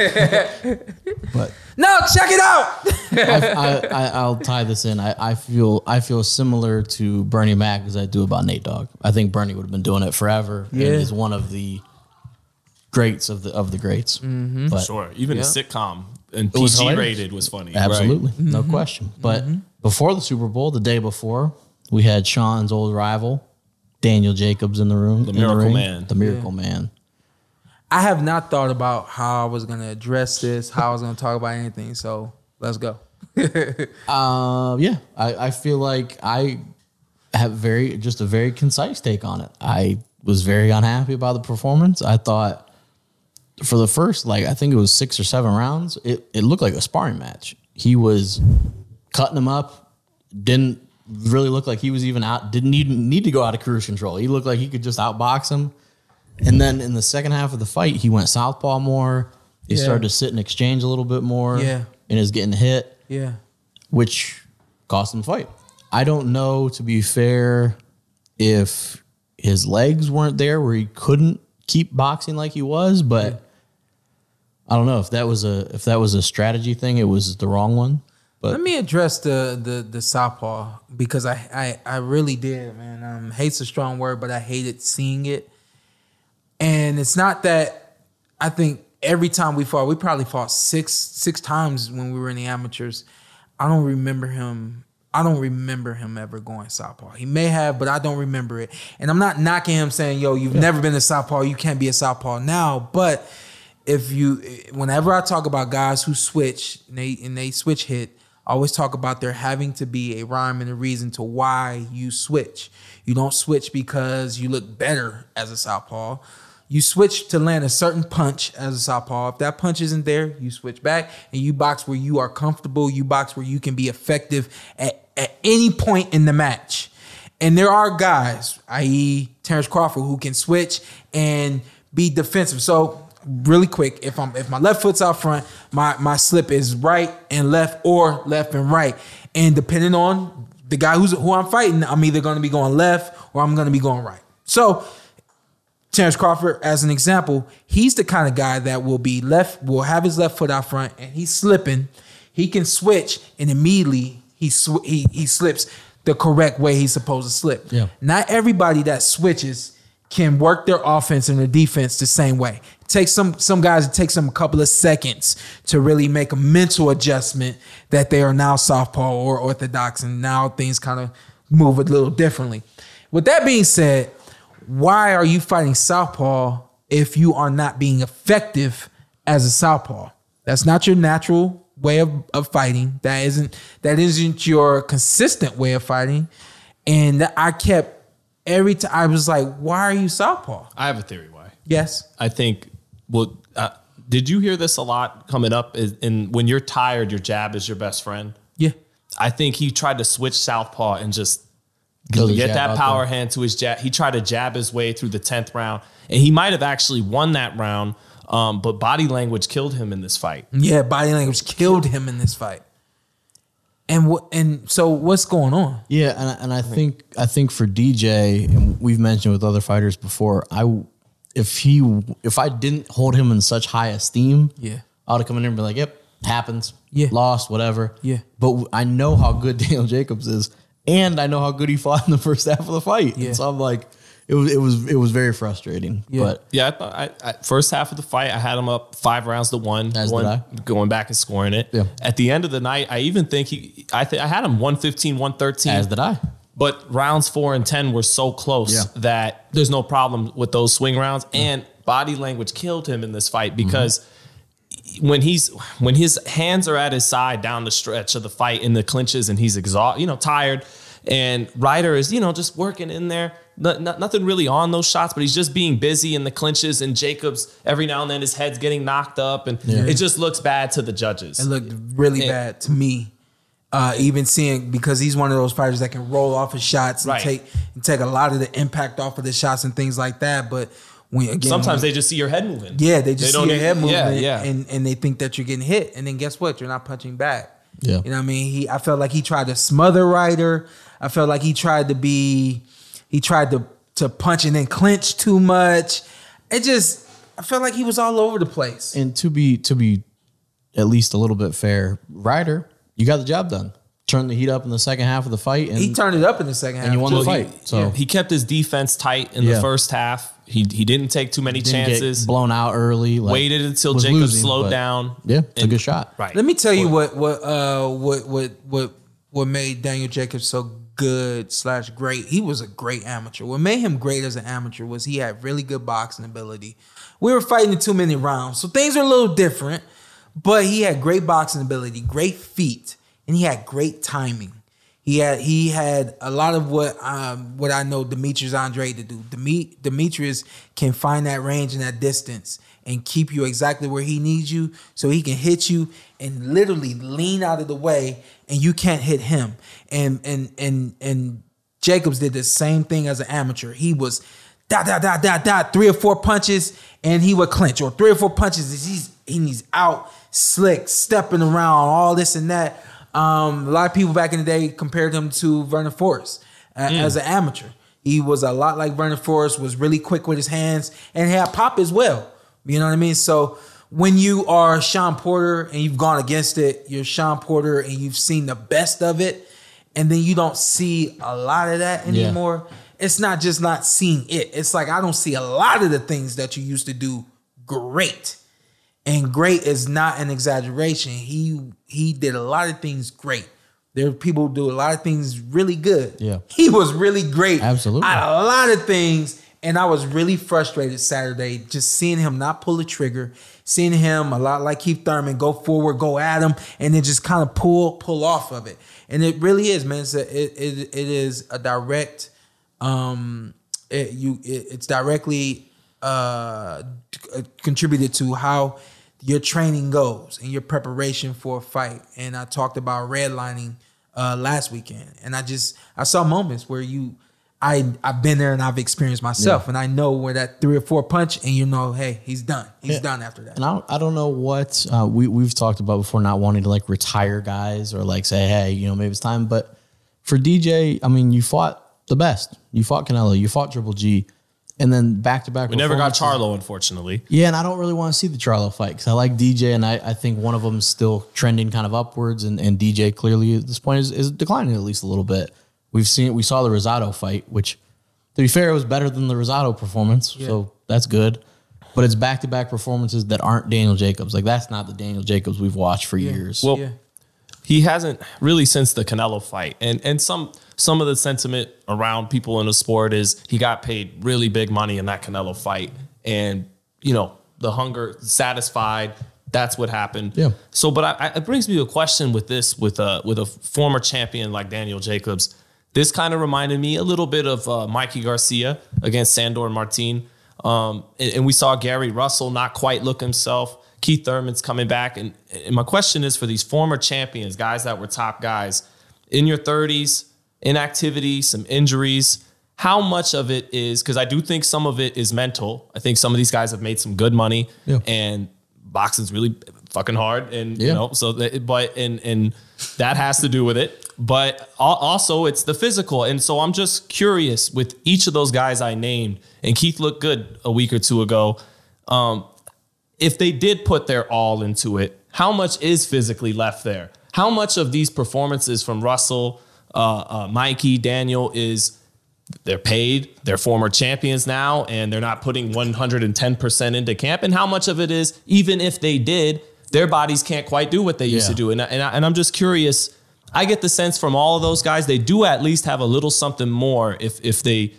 but
No, check it out.
I, I, I'll tie this in. I, I feel I feel similar to Bernie Mac as I do about Nate Dogg. I think Bernie would have been doing it forever.
Yeah.
and is one of the greats of the of the greats.
Mm.
But
Sure. Even the sitcom and
was
PG
hilarious.
rated was funny.
absolutely, no
Mm-hmm.
question. But before the Super Bowl, the day before, we had Sean's old rival, Daniel Jacobs, in the room. The
Miracle
the ring.
Man.
The Miracle Man.
I have not thought about how I was gonna address this, how I was gonna talk about anything. So let's go.
Uh, yeah, I, I feel like I have very just a very concise take on it. I was very unhappy about the performance. I thought for the first like I think it was six or seven rounds, it, it looked like a sparring match. He was cutting him up, didn't really look like he was even out, didn't even need to go out of cruise control. He looked like he could just outbox him. And then in the second half of the fight, he went southpaw more. He
Yeah.
started to sit and exchange a little bit more.
Yeah.
And is getting hit
Yeah.
which cost him the fight. I don't know, to be fair, if his legs weren't there where he couldn't keep boxing like he was, but I don't know if that was a if that was a strategy thing. It was the wrong one.
Let me address the the the southpaw because I I, I really did, man. Um, hate's a strong word, but I hated seeing it. And it's not that I think every time we fought, we probably fought six six times when we were in the amateurs. I don't remember him. I don't remember him ever going southpaw. He may have, but I don't remember it. And I'm not knocking him saying, "Yo, you've never been a southpaw. You can't be a southpaw now." But if you, whenever I talk about guys who switch and they and they switch hit, I always talk about there having to be a rhyme and a reason to why you switch. You don't switch because you look better as a southpaw. You switch to land a certain punch as a southpaw. If that punch isn't there, you switch back and you box where you are comfortable. You box where you can be effective at, at any point in the match. And there are guys, i.e., Terrence Crawford, who can switch and be defensive. So really quick, if I'm if my left foot's out front, my my slip is right and left or left and right. And depending on the guy who's who I'm fighting, I'm either gonna be going left or I'm gonna be going right. So Terrence Crawford, as an example, he's the kind of guy that will be left, will have his left foot out front, and he's slipping. He can switch, and immediately he sw- he he slips the correct way he's supposed to slip.
Yeah.
Not everybody that switches can work their offense and their defense the same way. It takes some some guys it takes them a couple of seconds to really make a mental adjustment that they are now softball or orthodox, and now things kind of move a little differently. With that being said, why are you fighting southpaw if you are not being effective as a southpaw? That's not your natural way of, of fighting. That isn't that isn't your consistent way of fighting. And I kept every time I was like, why are you southpaw?
I have a theory why.
Yes.
I think. Well, uh, did you hear this a lot coming up? Is, and when you're tired, your jab is your best friend.
Yeah.
I think he tried to switch southpaw and just
Throw the
get
jab
that
out
power
there.
hand to his jab. He tried to jab his way through the tenth round, and he might have actually won that round. Um, but body language killed him in this fight.
Yeah, body language killed him in this fight. And what and so what's going on?
Yeah, and I- and I think I think for DJ, and we've mentioned with other fighters before, I w- if he if I didn't hold him in such high esteem,
Yeah.
I would have come in here and be like, "Yep, happens.
Yeah.
lost, whatever.
Yeah.
But w- I know how good Daniel Jacobs is, and I know how good he fought in the first half of the fight.
Yeah.
And so I'm like, it was it was it was very frustrating.
Yeah.
But
Yeah, I thought I, I first half of the fight, I had him up five rounds to one,
As did
one-
I.
going back and scoring it.
Yeah.
At the end of the night, I even think he, I think I had him 115, 113.
as did I.
But rounds four and 10 were so close
Yeah.
that there's no problem with those swing rounds. And body language killed him in this fight because when he's when his hands are at his side down the stretch of the fight in the clinches and he's exhausted, you know, tired. And Ryder is, you know, just working in there. No- no- nothing really on those shots, but he's just being busy in the clinches. And Jacobs, every now and then, his head's getting knocked up, and it just looks bad to the judges.
It looked really
Yeah.
bad to me. Uh, even seeing because he's one of those fighters that can roll off his shots and
Right.
take and take a lot of the impact off of the shots and things like that. But when again,
Sometimes
when-
they just see your head moving.
yeah, they just
don't
see your
even-
head movement
Yeah, yeah.
and and they think that you're getting hit, and then guess what? You're not punching back.
Yeah.
you know what I mean. He, I felt like he tried to smother Ryder. I felt like he tried to be, he tried to to punch and then clinch too much. It just, I felt like he was all over the place.
And to be to be at least a little bit fair, Ryder, you got the job done. Turned the heat up in the second half of the fight, and
he turned it up in the second half.
and you won
Well,
the fight.
He,
so
yeah, he kept his defense tight in
Yeah.
the first half. He he didn't take too many
didn't
chances.
get blown out early. Like,
waited until
was
Jacobs
losing,
slowed
but
down.
Yeah, took
and-
a shot.
Right.
Let me tell you what what uh what what what what made Daniel Jacobs so good slash great. He was a great amateur. What made him great as an amateur was he had really good boxing ability. We were fighting in two minute rounds, so things are a little different. But he had great boxing ability, great feet, and he had great timing. He had he had a lot of what um, what I know Demetrius Andre to do. Demet- Demetrius can find that range and that distance and keep you exactly where he needs you, so he can hit you and literally lean out of the way, and you can't hit him. And and and and Jacobs did the same thing as an amateur. He was dot dot dot dot dot three or four punches, and he would clinch or three or four punches. He's and he's out slick, stepping around, all this and that. Um, a lot of people back in the day compared him to Vernon Forrest a- as an amateur. He was a lot like Vernon Forrest, was really quick with his hands and had pop as well. You know what I mean? So when you are Sean Porter and you've gone against it, you're Sean Porter and you've seen the best of it, and then you don't see a lot of that
Yeah.
anymore. It's not just not seeing it. It's like I don't see a lot of the things that you used to do great and great is not an exaggeration. He he did a lot of things great. There are people who do a lot of things really good.
Yeah.
He was really great.
Absolutely.
At a lot of things. And I was really frustrated Saturday just seeing him not pull the trigger, seeing him a lot like Keith Thurman go forward, go at him, and then just kind of pull pull off of it. And it really is, man. It's a, it, it, it is a direct um it, you it, it's directly uh c- contributed to how your training goes and your preparation for a fight and i talked about redlining uh last weekend and i just i saw moments where you i i've been there and i've experienced myself and i know where that three or four punch and you know hey he's done he's
Yeah.
done after that
And I don't, I don't know what uh, we we've talked about before, not wanting to like retire guys or like say, hey, you know, maybe it's time. But for DJ, I mean, you fought the best. You fought Canelo. You fought Triple G, and then back to back.
we never got Charlo, unfortunately.
Yeah, and I don't really want to see the Charlo fight because I like DJ, and I, I think one of them's still trending kind of upwards, and, and DJ clearly at this point is, is declining at least a little bit. We've seen we saw the Rosado fight, which to be fair, it was better than the Rosado performance, so that's good. But it's back to back performances that aren't Daniel Jacobs. Like that's not the Daniel Jacobs we've watched for years.
Well, he hasn't really since the Canelo fight, and and some some of the sentiment around people in the sport is he got paid really big money in that Canelo fight, and you know the hunger satisfied. That's what happened.
Yeah.
So, but I, I, it brings me to a question with this with a with a former champion like Daniel Jacobs. This kind of reminded me a little bit of uh, Mikey Garcia against Sandor Martin. Um, and, and we saw Gary Russell not quite look himself. Keith Thurman's coming back. And, and my question is for these former champions, guys that were top guys in your 30s, inactivity, some injuries, how much of it is, because I do think some of it is mental. I think some of these guys have made some good money
Yeah.
and boxing's really fucking hard. And, you
Yeah.
know, so, that, but, and, and that has to do with it. But al- also, it's the physical. And so I'm just curious with each of those guys I named, and Keith looked good a week or two ago um, if they did put their all into it, how much is physically left there? How much of these performances from Russell, uh, uh, Mikey, Daniel is they're paid, they're former champions now, and they're not putting 110% into camp? And how much of it is, even if they did, their bodies can't quite do what they used
Yeah.
to do? And, I- and, I, and I'm just curious. I get the sense from all of those guys, they do at least have a little something more if if they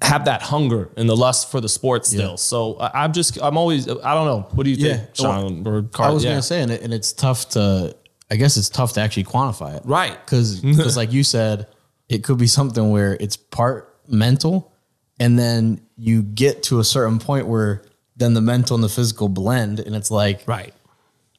have that hunger and the lust for the sport still. So I- I'm just, I'm always, I don't know. What do you
Yeah.
think, Sean or
I
Carl?
was
Yeah.
gonna say, and, it, and it's tough to. I guess it's tough to actually quantify it,
Right.
Because, like you said, it could be something where it's part mental, and then you get to a certain point where then the mental and the physical blend, and it's like,
right.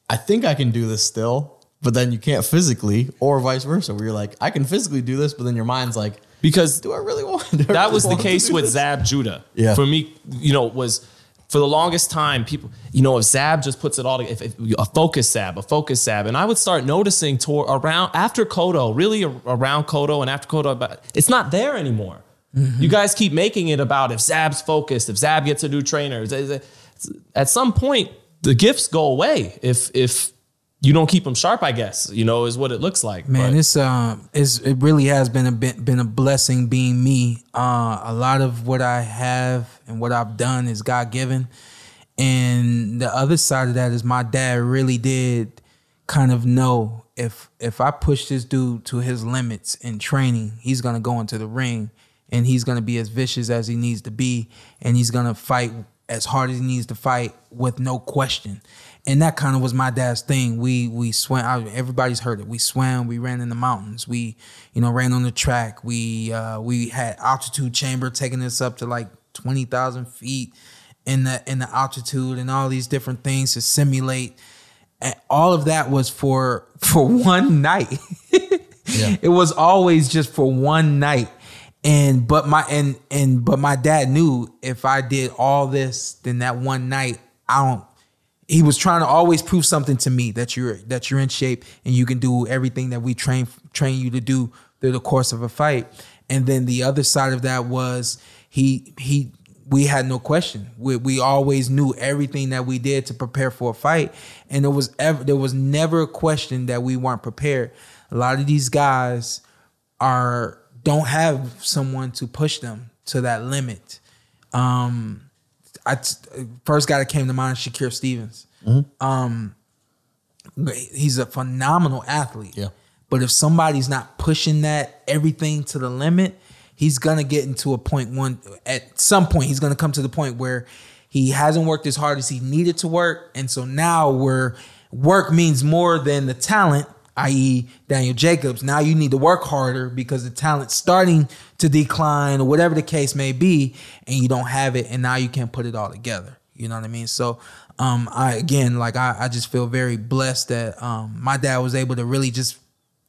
I think I can do this still, but then you can't physically, or vice versa, where you're like, I can physically do this, but then your mind's like,
because
do I really want? do I
that
really
was the
want to
case
do
with
this?
Zab Judah.
Yeah.
For me, you know, was for the longest time, people, you know, if Zab just puts it all together, if, if- a focus Zab, a focus Zab, and I would start noticing to, around after Kodo, really a- around Kodo and after Kodo, but it's not there anymore. You guys keep making it about if Zab's focused, if Zab gets a new trainer. Z- z- At some point, the gifts go away if if you don't keep them sharp. I guess you know is what it looks like.
Man,
But-
it's um, it's it really has been a been, been a blessing being me. Uh, a lot of what I have and what I've done is God given, and the other side of that is my dad really did kind of know if if I push this dude to his limits in training, he's gonna go into the ring and he's gonna be as vicious as he needs to be, and he's gonna fight as hard as he needs to fight with no question and that kind of was my dad's thing. We we swam. I, everybody's heard it. We swam. We ran in the mountains. We you know ran on the track. We uh, we had altitude chamber taking us up to like twenty thousand feet in the in the altitude and all these different things to simulate. And all of that was for for one night. It was always just for one night. And but my and and but my dad knew if I did all this, then that one night I don't he was trying to always prove something to me that you're that you're in shape and you can do everything that we train train you to do through the course of a fight. And then the other side of that was he he we had no question. We we always knew everything that we did to prepare for a fight, and there was ever there was never a question that we weren't prepared. A lot of these guys are don't have someone to push them to that limit. Um, I t- first guy that came to mind is Shakir Stevens. Um, he's a phenomenal athlete.
Yeah.
But if somebody's not pushing that everything to the limit, he's gonna get into a point one at some point. He's gonna come to the point where he hasn't worked as hard as he needed to work, and so now where work means more than the talent, i.e., Daniel Jacobs. Now you need to work harder because the talent's starting to decline, or whatever the case may be, and you don't have it, and now you can't put it all together. You know what I mean? So, um, I again, like I, I just feel very blessed that um, my dad was able to really just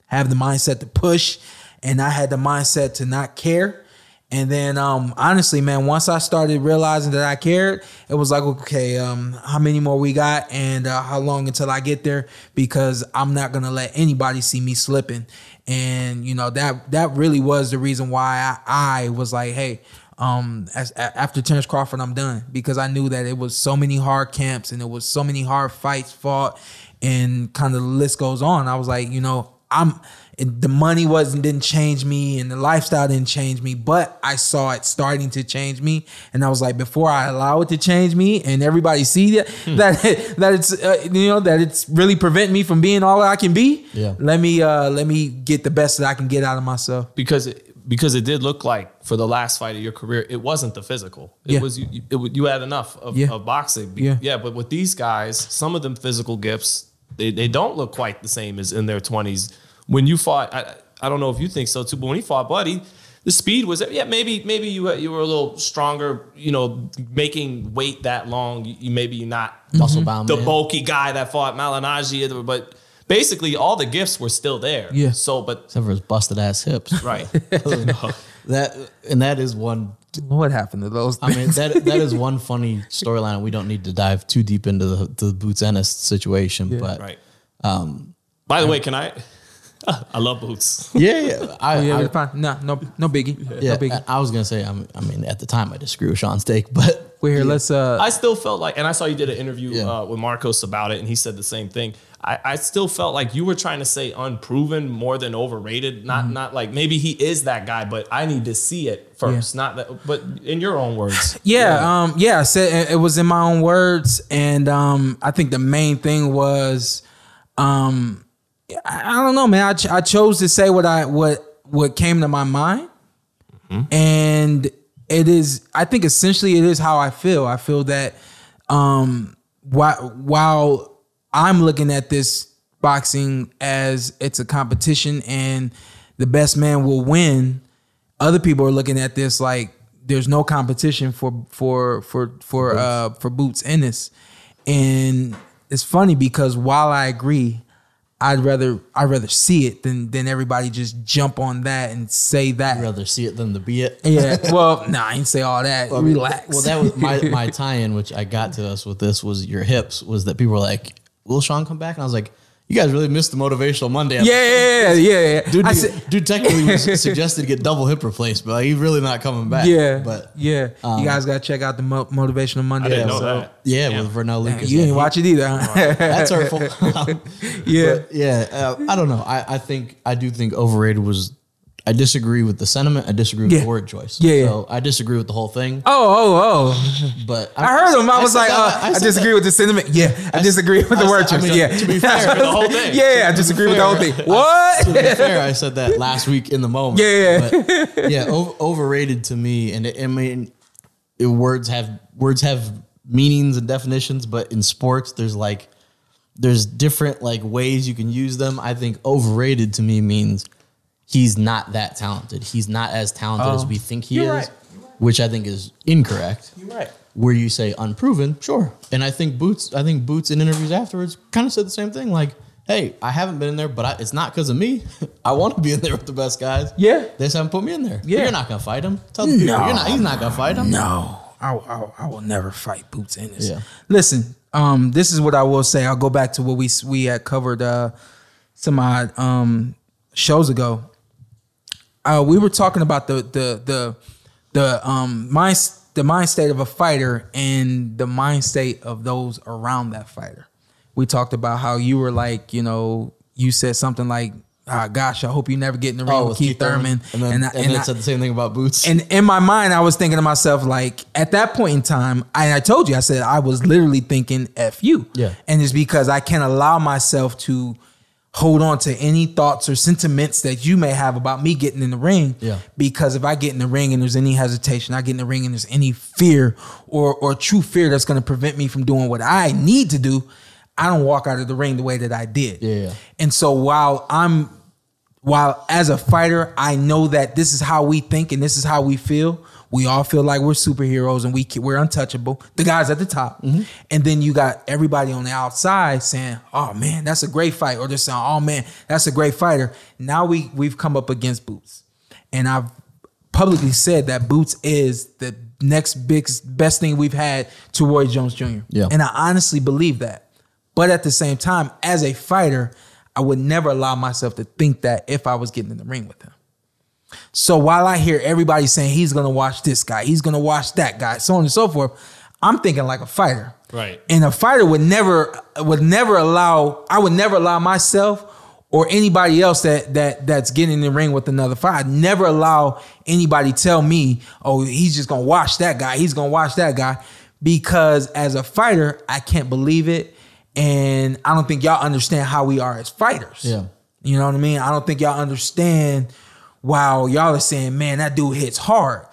have the mindset to push, and I had the mindset to not care. And then, um, honestly, man, once I started realizing that I cared, it was like, okay, um, how many more we got, and uh, how long until I get there? Because I'm not gonna let anybody see me slipping. And you know that that really was the reason why I, I was like, hey, um, as, a- after Terrence Crawford, I'm done because I knew that it was so many hard camps and it was so many hard fights fought, and kind of the list goes on. I was like, you know, I'm it- the money wasn't didn't change me and the lifestyle didn't change me, but I saw it starting to change me, and I was like, before I allow it to change me and everybody see that
Hmm.
that that it's uh, you know that it's really prevent me from being all I can be.
Yeah.
Let me uh let me get the best that I can get out of myself.
because it, because it did look like for the last fight of your career, it wasn't the physical. It
Yeah.
was you. you- It, wa- you had enough of,
Yeah.
of boxing. Be-
Yeah.
yeah. But with these guys, some of them physical gifts, they, they don't look quite the same as in their twenties. When you fought, I, I don't know if you think so too, but when he fought Buddy, the speed was yeah. Maybe maybe you you were a little stronger. You know, making weight that long, you, you maybe you're not
Muscle
Mm-hmm.
bound.
the
Oh,
man.
bulky guy that fought Malinaji, but basically all the gifts were still there.
Yeah.
So, but
Except for his busted ass hips.
right.
that and that is one
What happened to those?
I mean, that that is one funny storyline. and We don't need to dive too deep into the, the Boots Ennis situation, but
Right. Um, By the way, can I? I love boots.
yeah, yeah, I,
Oh, yeah,
I-
we're fine. No, no, no biggie.
yeah,
no biggie.
I, I was gonna say, I'm, I mean, at the time, I disagree with Sean's take, but
We're here. Let's uh,
I still felt like, and I saw you did an interview
Yeah.
uh, with Marcos about it, and he said the same thing. I, I still felt like you were trying to say unproven more than overrated. Not not like maybe he is that guy, but I need to see it first. Not that, but in your own words,
yeah, um, yeah. I said it- it was in my own words, and um, I think the main thing was, um, I, I don't know, man. I, ch- I chose to say what I what what came to my mind, and it is. I think essentially it is how I feel. I feel that um, while while I'm looking at this boxing as it's a competition and the best man will win other people are looking at this like there's no competition for for for for uh for Boots Ennis. And it's funny because while I agree, I'd rather I'd rather see it than than everybody just jump on that and say that.
I'd rather see it than to be it.
Yeah. Well, nah, I ain't say all that. Relax.
Well, that was my, my tie-in, which I got to us with this was your hips. Was that people were like, "Will Sean come back?" And I was like, "You guys really missed the motivational Monday." episode."
yeah, yeah, yeah, yeah.
dude,
I
dude,
said-
dude technically was suggested to get double hip replaced, but like, he's really not coming back.
yeah,
but um,
yeah. you guys gotta check out the mo- motivational Monday.
didn't know
episode.
that.
yeah, with Vernell Lucas,
You
yeah,
didn't watch it either. huh?
That's hurtful.
yeah.
yeah, uh, I don't know. I, I think I do think overrated was. I disagree with the sentiment. I disagree with
Yeah.
the word choice.
Yeah, yeah.
so I disagree with the whole thing.
Oh, oh, oh.
But
I heard him. I, was
said
like,
that-
uh, I,
said that-
disagree with the sentiment. Yeah, I, disagree with the
I
word
said- I
choice.
mean,
yeah.
to be fair,
the whole thing.
Yeah, I disagree with the whole thing. What?
to be fair, I said that last week in the moment.
Yeah.
but yeah. o- overrated to me, and it, I mean, it, words have words have meanings and definitions, but in sports, there's like there's different like ways you can use them. I think overrated to me means he's not that talented. He's not as talented as we think he is,
Oh. right.
which I think is incorrect.
You're right.
Where you say unproven, sure. And I think Boots, I think Boots in interviews afterwards kind of said the same thing. Like, hey, I haven't been in there, but I, it's not because of me. I want to be in there with the best guys.
Yeah.
They just haven't put me in there.
Yeah.
You're not going to fight him. Tell the people,
No.
you're not, he's not going to fight him.
No, I, I, I will never fight Boots Ennis.
Yeah.
Listen, um, this is what I will say. I'll go back to what we we had covered uh, some odd um, shows ago. Uh, we were talking about the the the the um, mind the mind state of a fighter and the mind state of those around that fighter. We talked about how you were like, you know, you said something like, ah, "Gosh, I hope you never get in the
Oh,
ring with Keith, Thurman."
And then, and
I-
then
I-
said the same thing about Boots.
and in my mind, I was thinking to myself, like, at that point in time, I, I told you, I said, I was literally thinking F you.
Yeah.
And it's because I can't allow myself to hold on to any thoughts or sentiments that you may have about me getting in the ring.
Yeah.
Because if I get in the ring and there's any hesitation, I get in the ring and there's any fear or or true fear that's gonna prevent me from doing what I need to do, I don't walk out of the ring the way that I did.
Yeah.
And so while I'm while as a fighter, I know that this is how we think and this is how we feel. We all feel like we're superheroes and we ca- we're untouchable. The guys at the top,
Mm-hmm.
and then you got everybody on the outside saying, "Oh man, that's a great fight," or they're saying, "Oh man, that's a great fighter." Now we we've come up against Boots, and I've publicly said that Boots is the next big best thing we've had to Roy Jones Jr.
Yeah.
and I honestly believe that. But at the same time, as a fighter, I would never allow myself to think that if I was getting in the ring with him. So while I hear everybody saying he's gonna watch this guy, he's gonna watch that guy, so on and so forth, I'm thinking like a fighter.
Right.
And a fighter would never would never allow, I would never allow myself or anybody else that that that's getting in the ring with another fighter. I'd never allow anybody tell me, oh, he's just gonna watch that guy, he's gonna watch that guy. Because as a fighter, I can't believe it. And I don't think y'all understand how we are as fighters.
Yeah.
You know what I mean? I don't think y'all understand. Wow, y'all are saying, man, that dude hits hard.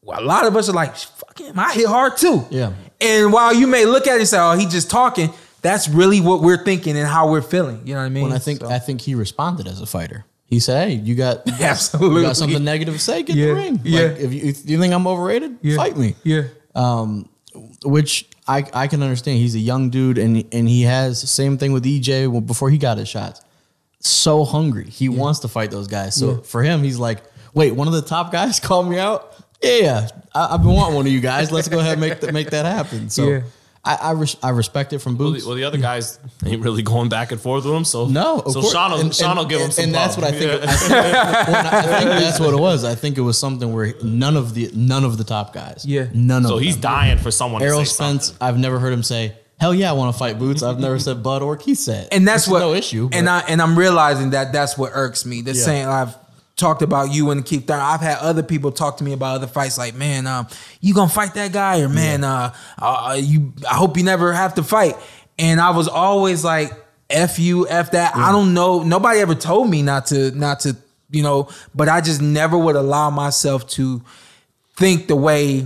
Well, a lot of us are like, fuck him, I hit hard too.
Yeah.
And while you may look at it and say, oh, he just talking, that's really what we're thinking and how we're feeling. You know what I mean?
And I think
So-
I think he responded as a fighter. He said, "Hey, you got you got-
Absolutely.
you got something negative to say? Get
Yeah,
in the ring. Like,
yeah.
if you, if you think I'm overrated,
yeah.
fight me."
Yeah.
Um, which I, I can understand. He's a young dude, and and he has same thing with EJ well, before he got his shots. So hungry, he wants to fight those guys. So for him, he's like, wait, one of the top guys called me out. Yeah, I, I've been wanting one of you guys. Let's go ahead and make that make that happen. So
Yeah.
I I, res, I respect it from
Well,
Boots.
the, well, the other guys ain't really going back and forth with him, so
No, of
so
course.
Sean will,
And-
Sean will
and-
give him
and-
some.
and that's what I
love.
think. I think, well, I think that's what it was. I think it was something where none of the none of the top guys.
Yeah.
none of.
So he's
them.
dying for someone.
Errol
to say something.
Spence. I've never heard him say, "Hell yeah, I want to fight Boots." I've never said Bud or Keith said,
And that's
Which is
what
no issue.
And
but-
I and I'm realizing that that's what irks me. The
Yeah.
saying I've talked about you and Keith Thurman. I've had other people talk to me about other fights, like man, um, you gonna fight that guy, or man, uh, uh, you. I hope you never have to fight. And I was always like, f you, f that. I don't know. Nobody ever told me not to, not to, you know. But I just never would allow myself to think the way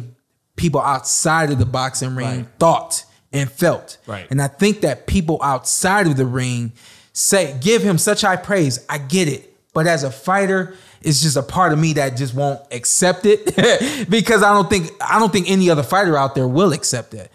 people outside of the boxing ring
Right.
thought and felt.
Right.
And I think that people outside of the ring say give him such high praise. I get it. But as a fighter, it's just a part of me that just won't accept it because I don't think I don't think any other fighter out there will accept that.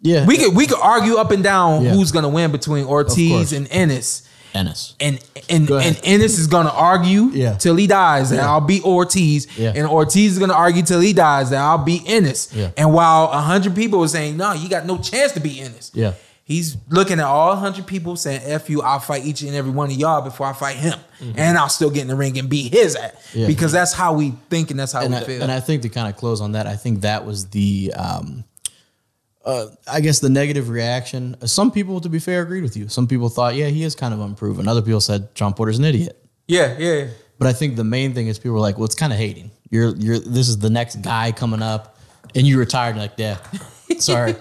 yeah,
We could we could argue up and down
Yeah.
who's gonna win between Ortiz
course.
and Ennis.
Ennis.
and and,
Go ahead.
and Ennis is gonna argue
Yeah.
till he dies, and
Yeah.
I'll be Ortiz,
Yeah.
and Ortiz is gonna argue till he dies, and I'll be Ennis.
Yeah.
And while a hundred people are saying, "No, you got no chance to be Ennis,"
Yeah.
he's looking at all hundred people saying, "F you, I'll fight each and every one of y'all before I fight him, and I'll still get in the ring and beat his ass
Mm-hmm. Yeah.
because that's how we think and that's how
and
we
I,
feel."
and I think to kind of close on that, I think that was the, um, uh, I guess the negative reaction. Uh, Some people, to be fair, agreed with you. Some people thought, yeah, he is kind of unproven. Other people said John Porter's an idiot.
yeah, yeah,
But I think the main thing is people were like, well, it's kind of hating. You're, you're. This is the next guy coming up, and you retired. and Like, yeah, sorry.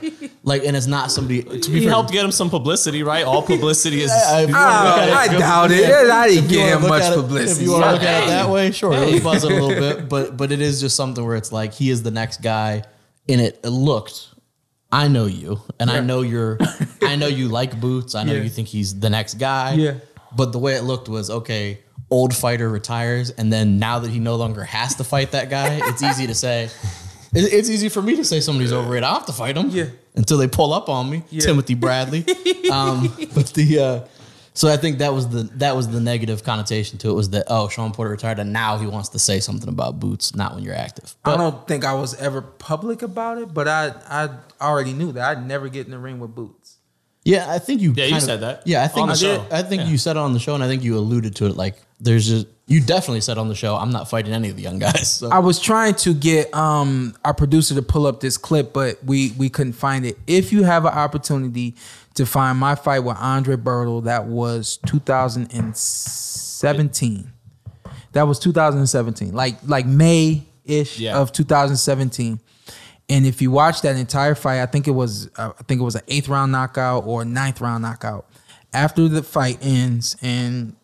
like, and it's not somebody. To be
He
fair,
helped get him some publicity, right? All publicity is.
I-
Oh, I doubt it. I didn't
If you
get
wanna
him
look
much
at it- If
publicity.
you want to look at it that way, sure, it
Hey.
was buzzing a little bit, but but it is just something where it's like he is the next guy, and it, it looked. I know you, and I know you're. I know you like Boots. I know
Yeah.
you think he's the next guy.
Yeah.
But the way it looked was okay. Old fighter retires, and then now that he no longer has to fight that guy, it's easy to say. it- It's easy for me to say somebody's over it. I have to fight him
Yeah.
until they pull up on me. Timothy Bradley. um, but the uh, so I think that was the that was the negative connotation to it was that oh Sean Porter retired and now he wants to say something about boots not when you're active.
I don't think I was ever public about it, but I I already knew that I'd never get in the ring with Boots.
Yeah, I think you.
Yeah, you
kind of-
said that.
Yeah, I think
On the
I
show.
did- I think
Yeah.
you said it on the show, and I think you alluded to it. Like, there's just you definitely said on the show, I'm not fighting any of the young guys. So.
I was trying to get um our producer to pull up this clip, but we we couldn't find it. If you have an opportunity to find my fight with Andre Bertel, that was 2017. That was 2017, like like May ish
Yeah.
of 2017. And if you watch that entire fight, I think it was uh, I think it was an eighth round knockout or ninth round knockout. After the fight ends and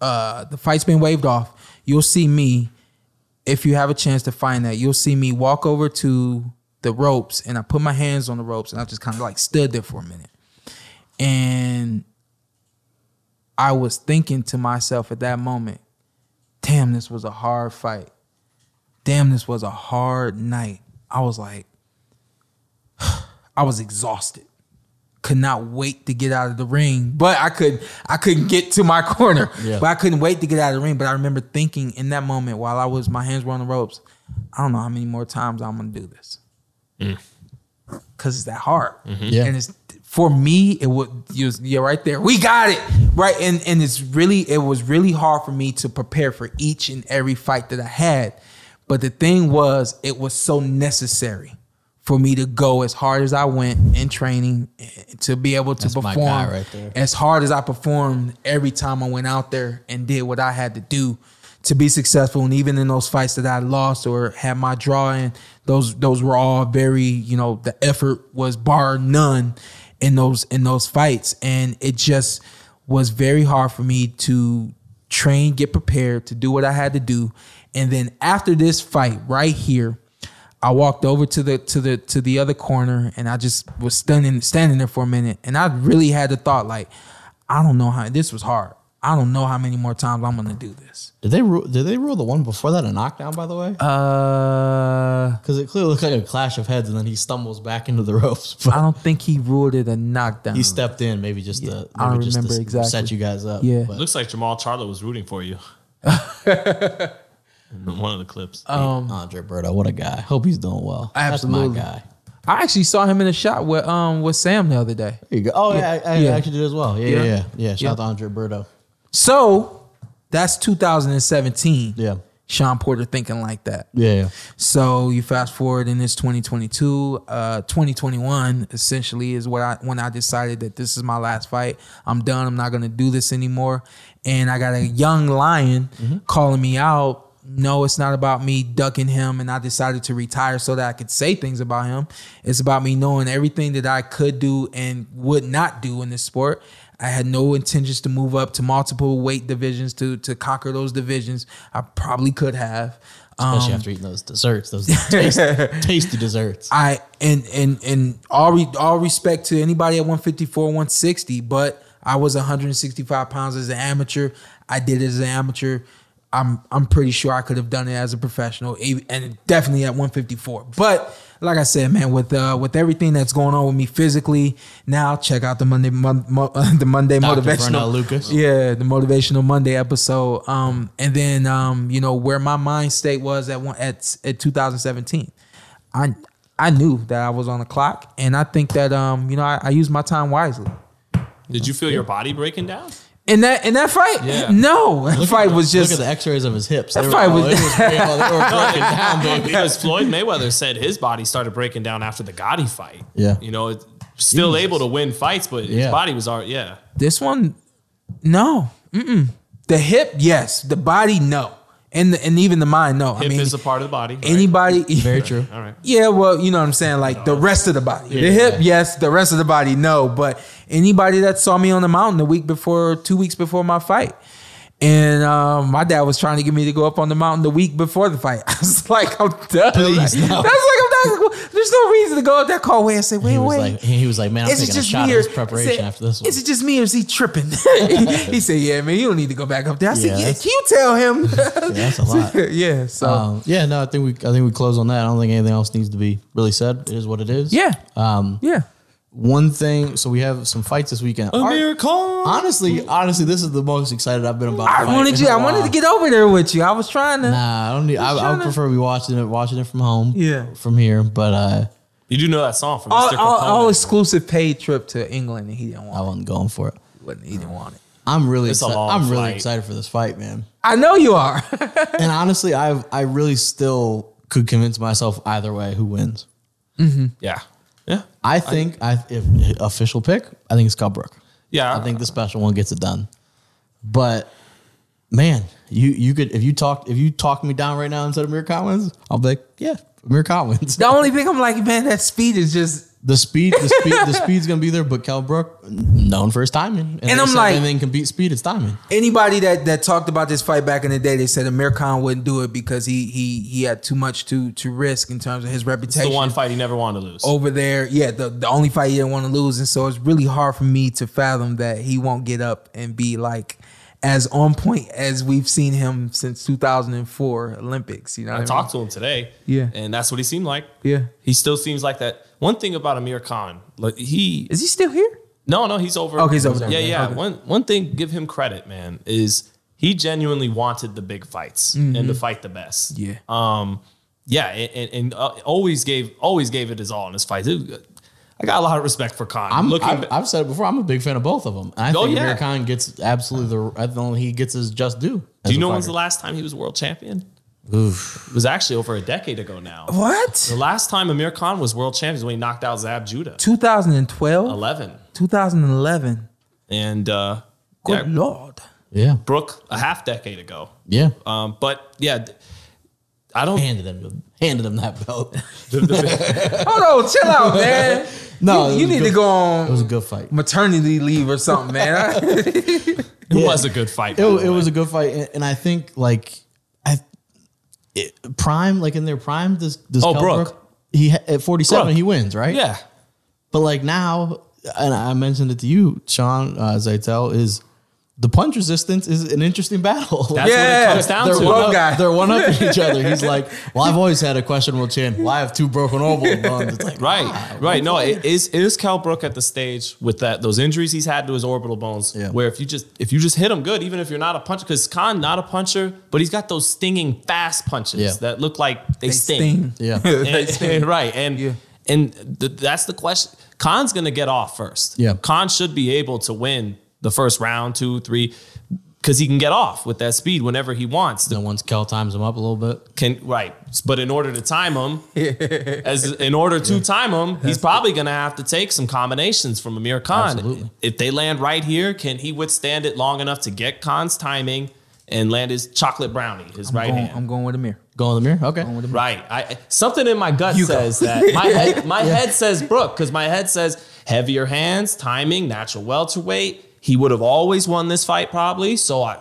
uh, the fight's been waved off, you'll see me if you have a chance to find that, you'll see me walk over to the ropes and I put my hands on the ropes and I just kind of like stood there for a minute. And I was thinking to myself at that moment, damn, this was a hard fight. Damn, this was a hard night. I was like, I was exhausted. Could not wait to get out of the ring, but I could I couldn't get to my corner.
Yeah.
But I couldn't wait to get out of the ring. But I remember thinking in that moment while I was my hands were on the ropes, I don't know how many more times I'm gonna do this. Cause it's that hard.
Yeah.
And it's for me, it would you you're right there. We got it. Right. And and it's really it was really hard for me to prepare for each and every fight that I had. But the thing was, it was so necessary for me to go as hard as I went in training eh, to be able to
my
perform
guy right there.
as hard as I performed every time I went out there and did what I had to do to be successful. And even in those fights that I lost or had my draw in, those those were all very, you know, the effort was bar none in those in those fights. And it just was very hard for me to train, get prepared, to do what I had to do. And then after this fight right here, I walked over to the to the to the other corner and I just was standing standing there for a minute and I really had the thought like I don't know how this was hard. I don't know how many more times I'm gonna do this.
did they rule, did they rule the one before that a knockdown? By the way,
Uh
because it clearly looked like a clash of heads, and then he stumbles back into the ropes. But
I don't think he ruled it a knockdown.
he stepped in, maybe just to maybe
Um, I don't
just to
remember exactly.
set you guys up.
Yeah.
but-
Looks like Jamal Charlo was rooting for you. In one of the clips.
Uh,
Andre Berto, what a guy. Hope he's doing well.
Um, Absolutely.
That's my guy.
I actually saw him in a shot with um with Sam the other day.
There you go. Oh, yeah, I, I
Yeah.
actually did as well. Yeah, yeah,
Yeah.
yeah. yeah. Shout out to Andre Berto.
So that's 2017.
Yeah.
Sean Porter thinking like that.
Yeah, yeah.
So you fast forward and it's 2022, uh, 2021 essentially is what I when I decided that this is my last fight. I'm done. I'm not gonna do this anymore. And I got a young lion calling me out. No, it's not about me ducking him, and I decided to retire so that I could say things about him. It's about me knowing everything that I could do and would not do in this sport. I had no intentions to move up to multiple weight divisions to to conquer those divisions. I probably could have. Um,
Especially after eating those desserts, those tasty, tasty desserts.
I and and and all re, all respect to anybody at 154, 160, but I was 165 pounds as an amateur. I did it as an amateur. I'm I'm pretty sure I could have done it as a professional, e- and definitely at 154. But like I said, man, with uh, with everything that's going on with me physically now, check out the Monday mon- mo- the Monday
Dr. Vernal
motivational
Lucas.
Yeah, the motivational Monday episode. Um, and then um, you know where my mind state was at one at at 2017. I I knew that I was on the clock, and I think that um, you know, I, I used my time wisely.
Did you feel your body breaking down?
In that in that fight,
Yeah.
no, that
Look at
fight
the-
was
look
just
at the X-rays of his hips. That
fight was-
they were great. Oh, they were broken down, baby.
because Floyd Mayweather said his body started breaking down after the Gotti fight.
Yeah.
you know, it, still able to win fights, but his
Yeah.
body was already yeah.
This one, no. Mm-mm. The hip, yes. The body, no. And the, and even the mind, no. I
Hip
mean,
is a part of the body. right?
anybody.
Very true.
All right.
Yeah, well, you know what I'm saying. Like the rest of the body, the hip, yes. The rest of the body, no. But anybody that saw me on the mountain the week before, two weeks before my fight, and um, my dad was trying to get me to go up on the mountain the week before the fight. I was like, I'm done.
Please,
That's like
no.
I'm not. There's no reason to go up that hallway and say, wait,
He was
wait.
like, he was like, man, I'm
Is it
taking a
just
shot
me
at
or
his preparation
I said,
after this one.
Is it just me or is he tripping? he said, "Yeah, man, you don't need to go back up there." I said,
Yeah,
"Yeah,
that's-
can you tell him?"
Yeah, that's a lot.
yeah, so
Um, yeah, no, I think we, I think we close on that. I don't think anything else needs to be really said. It is what it is.
yeah,
Um,
yeah.
one thing. So we have some fights this weekend.
Oh,
Our- honestly, honestly, this is the most excited I've been about. a
I
fight
wanted
in
you.
a
I wanted to
while.
get over there with you. I was trying to.
Nah, I don't need. I, I would
tryna-
prefer to be watching it, watching it from home.
Yeah.
from here. But uh,
You do know that song from
all,
Mr.
all, all
Component.
exclusive paid trip to England, and he didn't
I
want.
wasn't going for it.
It. Wasn't- He
Mm.
didn't want it.
I'm really,
It's a
exci-
long
I'm really
flight.
excited for this fight, man.
I know you are.
and honestly, I I really still could convince myself either way who wins.
Yeah, yeah,
I think I, if official pick, I think it's Scott Brook.
yeah.
I think the special one gets it done. But man, you you could if you talk if you talk me down right now instead of Amir Khan wins, I'll be like, yeah, Amir Khan wins.
the only thing I'm like, man, that speed is just.
The speed, the speed, the speed's gonna be there. But Cal Brook, known for his timing,
And
they
I'm
said
like-
anything can beat speed. It's timing.
Anybody that that talked about this fight back in the day, they said Amir Khan wouldn't do it because he he he had too much to to risk in terms of his
it's
reputation.
the one fight he never wanted to lose.
over there. Yeah, the, the only fight he didn't want to lose. And so it's really hard for me to fathom that he won't get up and be like as on point as we've seen him since 2004 Olympics. You know, what
I
I
talked to him today.
Yeah.
and that's what he seemed like.
Yeah.
he still seems like that. One thing about Amir Khan, like he
Mean? Is he still here?
No, no, he's over.
Okay, he's over there.
Yeah, yeah.
Okay.
One one thing, give him credit, man, is he genuinely wanted the big fights and to fight the best.
Mm-hmm. Yeah.
Um. Yeah, and and, and uh, always gave always gave it his all in his fights. It- I got a lot of respect for Khan.
I'm
looking.
I've,
ba-
I've said it before. I'm a big fan of both of them. I
Oh,
think
yeah.
Amir Khan gets absolutely the. I think he gets his just due.
do you know when's the last time he was world champion? It was actually over a decade ago now.
What?
The last time Amir Khan was world champion was when he knocked out Zab Judah,
2012,
eleven,
2011.
and uh,
Good
yeah,
lord.
Yeah,
Brooke a half decade ago.
yeah.
Um, but yeah, th- I don't.
handed him handed him that belt.
Hold on, chill out, man.
No,
You-
it
you,
was
need
a good-
to go
It was a
on
good fight.
maternity leave or something, man.
It was a good fight. by
It,
the
it
way.
was a good fight, and, and I think like I it, prime like in their prime. This, this
Oh,
Kell
Brook.
He ha- at forty seven
Brook.
he wins right.
Yeah.
but like now, and I mentioned it to you, Sean uh, Zaitel is. The punch resistance is an interesting battle.
That's
Yeah.
what it comes down
they're
to.
one
both
up,
guys.
They're one up each other. He's like, "Well, I've always had a questionable chin. Well, I have two broken orbital bones." It's like,
Right, right. No, it is it is Cal Brook at the stage with that those injuries he's had to his orbital bones.
Yeah.
Where if you just if you just hit him good, even if you're not a puncher, because Khan not a puncher, but he's got those stinging fast punches
Yeah.
that look like they,
They
sting.
yeah,
And- right, and
Yeah.
and th- that's the question. Khan's gonna get off first.
Yeah.
Khan should be able to win the first round, two, three, because he can get off with that speed whenever he wants. The
then once Kel times him up a little bit,
Can right, but in order to time him, as in order to time him, he's probably going to have to take some combinations from Amir Khan.
Absolutely.
If they land right here, can he withstand it long enough to get Khan's timing and land his chocolate brownie, his right
I'm, going,
hand?
I'm going with Amir.
go in the mirror. Okay,
Right. I something in my gut
You go.
says that. My head, my head says Brooke because my head says heavier hands, timing, natural welterweight. He would have always won this fight probably. So I,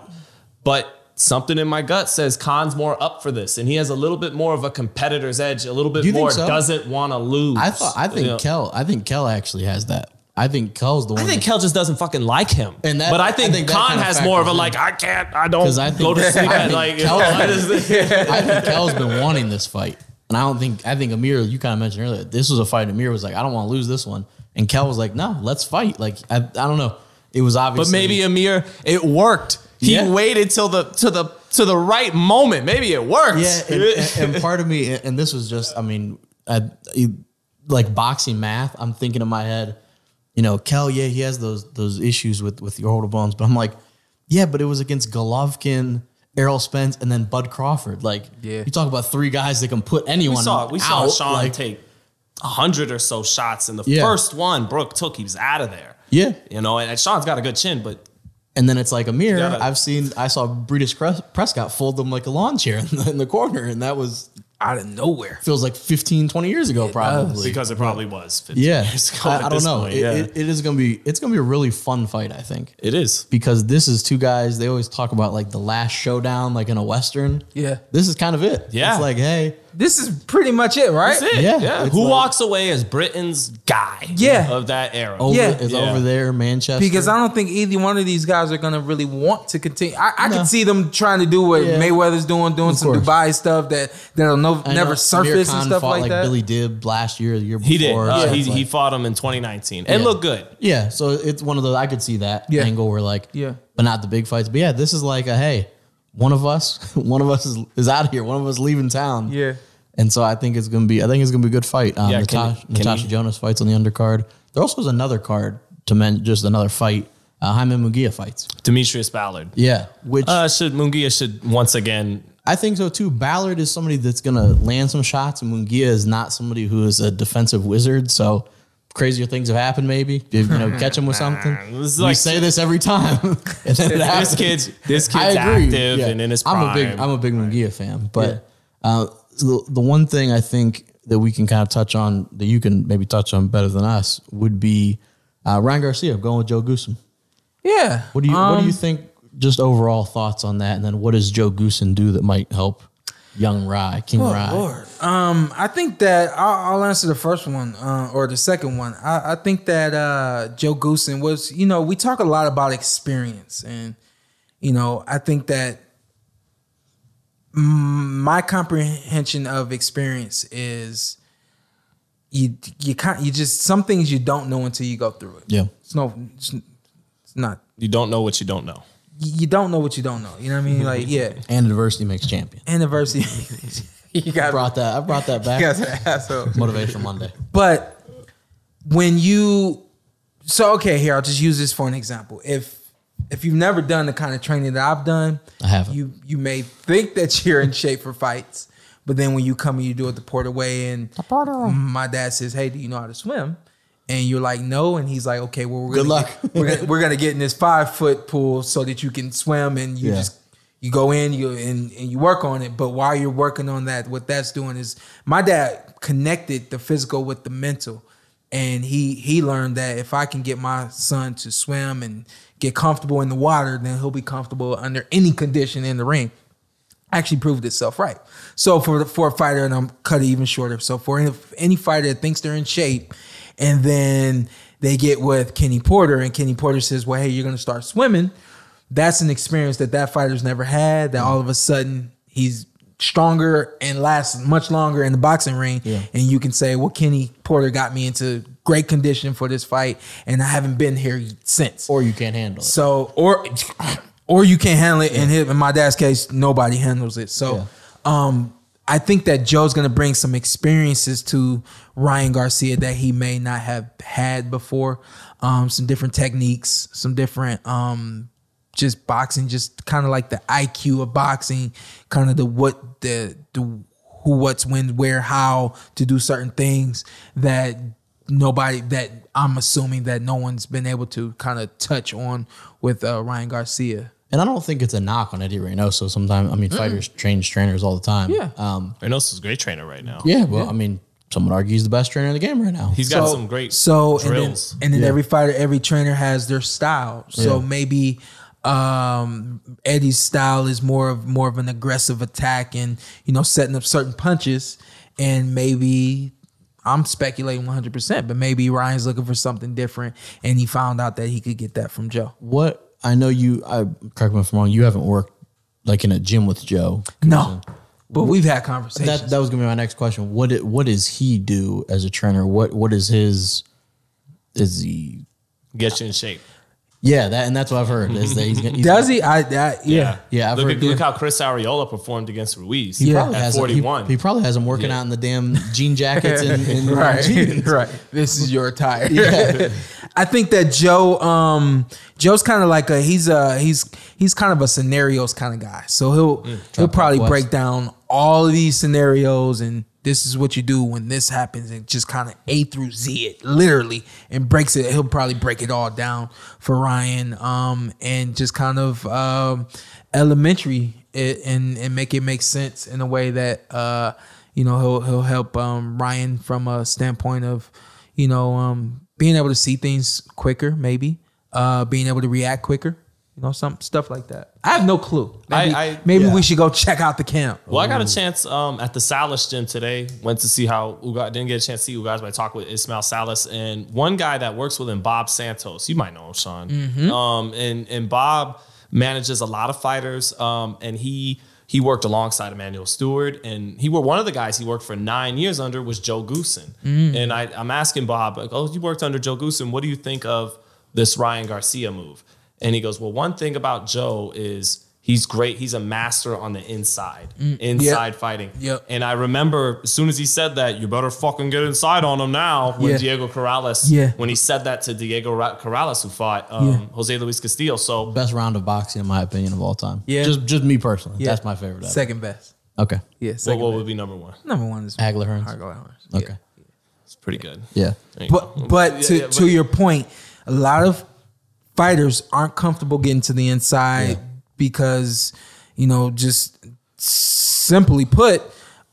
but something in my gut says Khan's more up for this, and he has a little bit more of a competitor's edge. A little bit
You think
more
so?
doesn't want to lose.
I thought I think
You know?
Kel I think Kel actually has that. I think Kel's the one.
I think
that-
Kel just doesn't fucking like him.
And that-
but I
I
think,
think that
Khan
kinda
has more of a
factors
like
in.
I can't I don't
'Cause I think-
go to sleep
I
at
think
like
Kel-
I just-
I think Kel's been wanting this fight. And I don't think I think Amir, you kind of mentioned earlier, this was a fight. Amir was like, I don't want to lose this one, and Kel was like, No, let's fight. Like I, I don't know. It was obvious,
But maybe Amir, it worked. He
Yeah.
waited till the to the to the right moment. Maybe it worked.
Yeah, and, and- and part of me, and this was just, I mean, I, you- like boxing math. I'm thinking in my head, you know, Kel, yeah, he has those those issues with with your hold of bones, but I'm like, yeah, but it was against Golovkin, Errol Spence, and then Bud Crawford. Like,
Yeah.
you talk about three guys that can put anyone.
we saw we saw
out,
Sean
like-
take a hundred or so shots, and the
Yeah.
first one Brooke took, he was out of there.
Yeah,
You know, and, and Sean's got a good chin, but
and then it's like Amir.
Yeah.
I've seen, I saw British Prescott fold them like a lawn chair in the, in the corner, and that was
out of nowhere.
feels like 15, 20 years ago, probably.
because it probably was 15
Yeah,
years ago
I,
at
I don't
this
know.
point,
It-
yeah.
it- it is gonna be it's gonna be a really fun fight, I think,
it is.
because this is two guys. They always talk about like the last showdown, like in a western.
Yeah.
this is kind of it.
Yeah.
it's like hey,
This is pretty much it, right?
That's it.
Yeah,
Yeah.
it's
Who
like-
walks away as Britain's guy
Yeah.
of that era?
over,
Yeah.
it's
Yeah.
over there, Manchester.
Because I don't think either one of these guys are gonna really want to continue. I, I
No.
can see them trying to do what
Yeah.
Mayweather's doing, doing some
course.
Dubai stuff that that'll no,
I know
never
Amir
surface and
Khan
stuff
fought,
like, that.
Billy Dibb last year, the year before.
He did. Uh,
so
he,
it's like-
he fought him in 2019 and
Yeah.
looked good.
yeah, so it's one of those I could see that
Yeah.
angle where like
Yeah.
but not the big fights. But yeah, this is like a hey, one of us, one of us is, is out of here, one of us leaving town.
Yeah.
And so I think it's gonna be I think it's gonna be a good fight. Um,
Yeah, can-
Natasha,
can
Natasha
you-
Jonas fights on the undercard. There also is another card to men just another fight. Uh, Jaime Munguia fights.
Demetrius Ballard.
Yeah, which
Uh, should Mungia should once again
I think so too. Ballard is somebody that's gonna land some shots, and Munguia is not somebody who is a defensive wizard. So crazier things have happened. Maybe If, you know, catch him with something.
uh, This is
we
like-
say this every time. and then it
this
happens.
kid's this
I
kid's
agree.
active
Yeah.
and in his prime.
I'm a big I'm a big Munguia fan, but uh, the the one thing I think that we can kind of touch on that you can maybe touch on better than us would be uh, Ryan Garcia going with Joe Goosen.
Yeah.
What do you What do
Um,
you think? Just overall thoughts on that, and then what does Joe Goosen do that might help young Rye King
Oh,
Rye?
Um, I think that I'll, I'll answer the first one uh, or the second one. I, I think that uh, Joe Goosen was, you know, we talk a lot about experience, and you know, I think that mm, my comprehension of experience is you you can't you just some things you don't know until you go through it.
Yeah,
It's no, it's, it's not.
you don't know what you don't know.
You you don't know what you don't know. You know what I mean? Like, yeah,
and adversity makes champion.
anniversary. you
I
got
brought that. I brought that
You
back.
guys are assholes.
Motivation Monday.
But when you so okay, here I'll just use this for an example. If if you've never done the kind of training that I've done,
I haven't.
You you may think that you're in shape for fights, but then when you come and you do it the Porter way, and my dad says, "Hey, do you know how to swim?" And you're like, "No," and he's like, "Okay, well, we're
Good
gonna
luck.
Get, we're, gonna, we're gonna get in this five foot pool so that you can swim, and you
Yeah.
just you go in you and, and you work on it but while you're working on that what that's doing is my dad connected the physical with the mental and he he learned that if i can get my son to swim and get comfortable in the water then he'll be comfortable under any condition in the ring actually proved itself right. So for the for a fighter, and I'm cut even shorter. So for any, any fighter that thinks they're in shape, and then they get with Kenny Porter, and Kenny Porter says, "Well, hey, you're going to start swimming." That's an experience that that fighter's never had. That all of a sudden he's stronger and lasts much longer in the boxing ring, and you can say, "Well, Kenny Porter got me into great condition for this fight, and I haven't been here since."
Or you can't handle it.
So or or you can't handle it. In his, in my dad's case, nobody handles it. So um I think that Joe's gonna bring some experiences to Ryan Garcia that he may not have had before. Um, some different techniques, some different um just boxing, just kind of like the IQ of boxing, kind of the what the the who, what's, when, where, how to do certain things that nobody that I'm assuming that no one's been able to kind of touch on with uh, Ryan Garcia.
And I don't think it's a knock on Eddie Reynoso. Sometimes I mean, fighters change trainers all the time.
Yeah.
Um,
Reynoso's a great trainer right now.
yeah. Well, I mean, some would argue he's the best trainer in the game right now.
He's got some great
so
drills.
and then, and then every fighter, every trainer has their style. So maybe um Eddie's style is more of more of an aggressive attack and you know setting up certain punches and maybe I'm speculating 100%, but maybe Ryan's looking for something different and he found out that he could get that from Joe.
what I know you. I correct me if I'm wrong. You haven't worked like in a gym with Joe.
No. But we've had conversations.
That that was gonna be my next question. What it, what does he do as a trainer? What what is his is he
Get you in shape.
yeah that and that's what I've heard is that he's, he's
Does he? I, I yeah.
Yeah, I've
look,
heard-
at, look how Chris Ariola performed against Ruiz.
he
Yeah.
probably
at
has him, he-
41.
he, probably has him working
Yeah.
out in the damn jean jackets and, and jeans.
right, right. This is your attire. I think that Joe, um, Joe's kind of like a he's a he's he's kind of a scenarios kind of guy. So he'll he'll probably
Mm. West.
break down all of these scenarios and this is what you do when this happens and just kind of A through Z it literally and breaks it. He'll probably break it all down for Ryan um, and just kind of um, elementary it and and make it make sense in a way that. Uh, you know he'll he'll help um, Ryan from a standpoint of you know um, being able to see things quicker, maybe uh, being able to react quicker, you know some stuff like that. I have no clue.
I-
Maybe,
I-
maybe
yeah.
we should go check out the camp.
Well, I got
Mm.
a chance um, at the Salas gym today. Went to see how Uga didn't get a chance to see Ugas, but I talked with Ismail Salas and one guy that works with him, Bob Santos. You might know him, Sean.
Mm-hmm.
Um, and and Bob manages a lot of fighters. Um, and he he worked alongside Emmanuel Stewart, and he were one of the guys he worked for nine years under was Joe Goosen.
Mm.
And I, I'm asking Bob, like, oh, you worked under Joe Goosen. What do you think of this Ryan Garcia move? And he goes, well, one thing about Joe is he's great. He's a master on the inside, inside fighting.
Mm. Yep.
And I remember as soon as he said that, you better fucking get inside on him now. When
Yeah.
Diego Corrales,
Yeah.
when he said that to Diego Ra- Corrales, who fought um,
Yeah.
Jose Luis Castillo. So
Best round of boxing in my opinion of all time.
Yeah.
just just me personally.
Yeah.
That's my favorite. ever.
Second best.
Okay,
Yeah,
what,
second
what
best.
would be number one?
Number one is
Hagler Hearns.
Hagler Hearns. Yeah.
Okay,
It's pretty good.
yeah.
There you go.
But but to
Yeah, yeah,
to your point, a lot of fighters aren't comfortable getting to the inside because you know just simply put,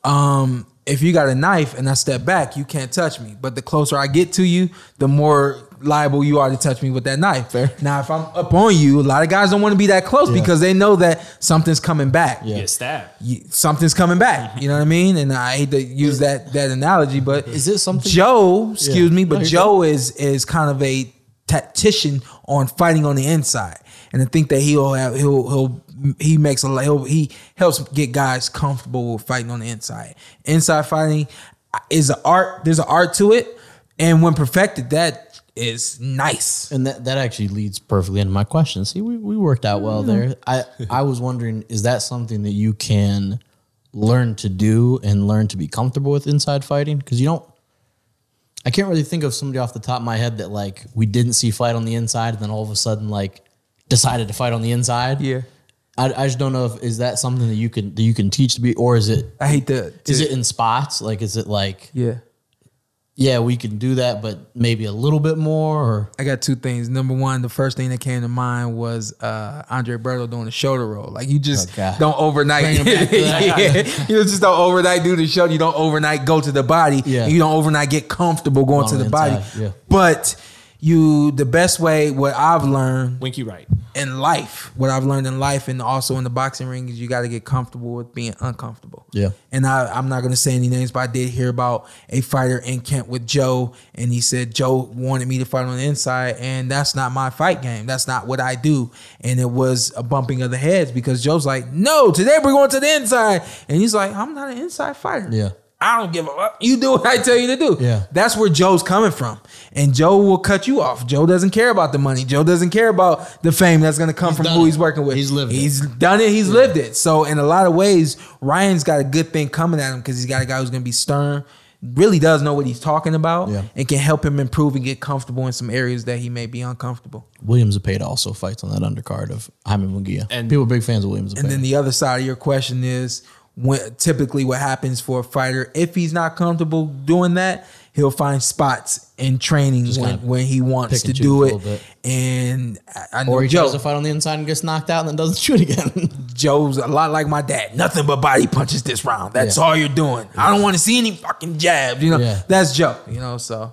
um, if you got a knife and I step back, you can't touch me. But the closer I get to you, the more liable you are to touch me with that knife. Now, if I'm up on you, a lot of guys don't want to be that close
Yeah.
because they know that something's coming back.
Yeah.
Get stabbed.
You- something's coming back. You know what I mean? And I hate to use that that analogy, but
Is it something-
Joe? Excuse
Yeah.
me,
No,
but
you're
Joe is is kind of a tactician on fighting on the inside, and I think that he'll have he'll he'll he makes a lot- he'll, he helps get guys comfortable with fighting on the inside. Inside fighting uh, is an art. There's an art to it, and when perfected, that is nice.
And that, that actually leads perfectly into my question. See, we, we worked out well there. I, I was wondering, is that something that you can learn to do and learn to be comfortable with inside fighting? Because you don't, I can't really think of somebody off the top of my head that like we didn't see fight on the inside and then all of a sudden like decided to fight on the inside.
Yeah,
I, I just don't know if, is that something that you can, that you can teach to be, or is it,
I hate to. to
is it in spots? Like, is it like,
yeah.
yeah, we can do that, but maybe a little bit more or
I got two things. Number one, the first thing that came to mind was uh, Andre Berto doing the shoulder roll. Like you just
Oh, God.
don't overnight,
Bring him back to that.
Yeah. you just don't overnight do the shoulder. You don't overnight go to the body.
Yeah.
And you don't overnight get comfortable going
On
to
the
the body.
inside, yeah.
But you, the best way, what I've learned
Winky right.
in life, what I've learned in life and also in the boxing ring is you got to get comfortable with being uncomfortable.
Yeah.
And I, I'm not going to say any names, but I did hear about a fighter in Kent with Joe, and he said Joe wanted me to fight on the inside, and that's not my fight game. That's not what I do. And it was a bumping of the heads because Joe's like, no, today we're going to the inside. And he's like, I'm not an inside fighter.
Yeah.
I don't give a fuck. You do what I tell you to do.
Yeah.
That's where Joe's coming from. And Joe will cut you off. Joe doesn't care about the money. Joe doesn't care about the fame that's going to come from
done
who
it.
he's working with.
He's lived it.
He's done it. He's lived it. So, in a lot of ways, Ryan's got a good thing coming at him because he's got a guy who's going to be stern, really does know what he's talking about,
Yeah.
and can help him improve and get comfortable in some areas that he may be uncomfortable.
Williams Zapata also fights on that undercard of Jaime Munguia.
And-
And people are big fans of Williams Zapata.
And then the other side of your question is when typically what happens for a fighter if he's not comfortable doing that, he'll find spots in training when,
kinda
when he wants
pick
to
and choose a
do
little
it.
bit.
And I- I know
or he
Joe,
tries to fight on the inside and gets knocked out and then doesn't shoot again.
Joe's a lot like my dad. Nothing but body punches this round. That's
Yeah.
all you're doing. I don't want to see any fucking jabs. You know,
Yeah.
that's Joe. You know, so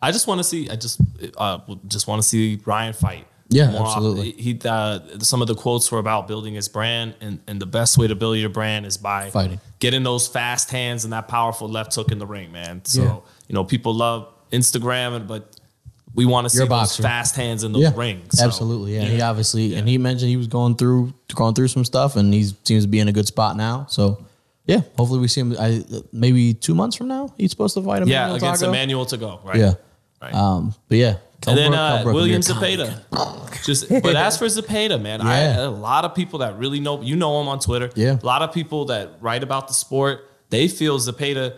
I just want to see. I just uh, just want to see Ryan fight.
Yeah,
More often.
absolutely.
He uh, some of the quotes were about building his brand, and and the best way to build your brand is by
Fighting.
getting those fast hands and that powerful left hook in the ring, man. So
Yeah.
you know people love Instagram, and but we want to see
You're a
those
boxer.
fast hands in those rings. So,
absolutely. Yeah, he obviously and he mentioned he was going through going through some stuff, and he seems to be in a good spot now. So Yeah, hopefully we see him. I maybe two months from now he's supposed to fight him.
Yeah, against Emmanuel to go. Right.
Yeah,
Right.
um, but yeah,
And then
Kelbrook- Kelbrook
uh,
would be
William
a comic.
Zapata. Just but as for Zapata, man, I
Yeah.
a lot of people that really know you know him on Twitter.
Yeah.
A lot of people that write about the sport, they feel Zapata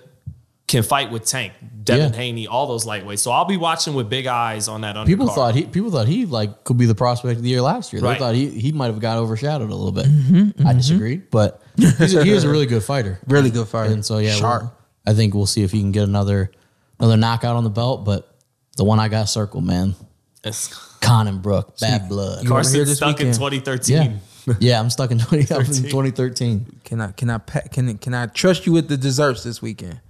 can fight with Tank, Devin
Yeah.
Haney, all those lightweights. So I'll be watching with big eyes on that undercard.
People thought he people thought he like could be the prospect of the year last year.
Right.
They thought he he might have got overshadowed a little bit. I disagreed, but he's a, he is a really good fighter.
Really good fighter.
And so yeah, we'll-
sharp.
I think we'll see if he can get another another knockout on the belt. But the one I got circled, man,
It's-
Conan Brook, bad blood.
you- here
Carson
this
stuck in
weekend.
2013.
Yeah, yeah, I'm stuck in 20, I'm in 2013.
Can I can I pa- can can I trust you with the desserts this weekend?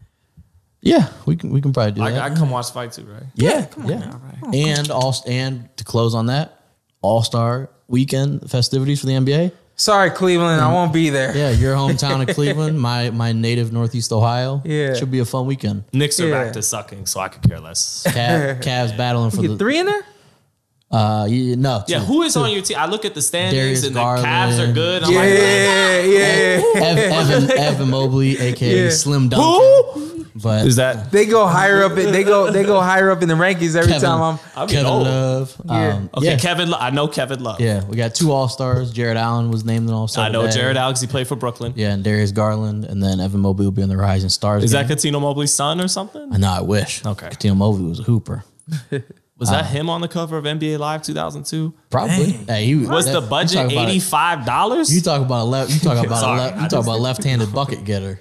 Yeah, we can we can probably do
I,
that.
I come watch fight too, right?
Yeah, yeah. And all and to close on that, All Star Weekend festivities for the NBA.
Sorry, Cleveland, I won't be there.
Mm. Yeah, your hometown of Cleveland, my my native Northeast Ohio.
Yeah.
should be a fun weekend.
Knicks are
Yeah.
back to sucking, so I could care less.
Cav, Cavs battling for
Get
the
three in there.
uh, yeah, no.
Yeah,
two.
who is on your team? I look at the standings
Darius
and the Cavs are
Garland.
good. I'm
Yeah,
like,
yeah.
Ev, Evan, Evan Mobley, aka
Yeah.
Slim Duncan. But
is that
They go higher up. in- They go they go higher up in the rankings every
Kevin,
time I'm.
I'm
Kevin
old.
Love. Um,
okay?
yeah,
Kevin, Lo- I know Kevin Love.
yeah, we got two All Stars. Jared Allen was named an All Star.
I know Jared Alex. He played for Brooklyn.
Yeah, and Darius Garland, and then Evan Mobley will be on the Rising Stars.
Is
game.
that Catino Mobley's son or something?
I know. I wish.
Okay.
Katino Mobley was a hooper.
Was that him on the cover of NBA Live 2002?
Probably. Hey, he
Was
that-
the
you
budget
talk about a-
$85?
You talk about a left. You talk about
Sorry,
a left.
I
You talk
just-
about left-handed bucket getter.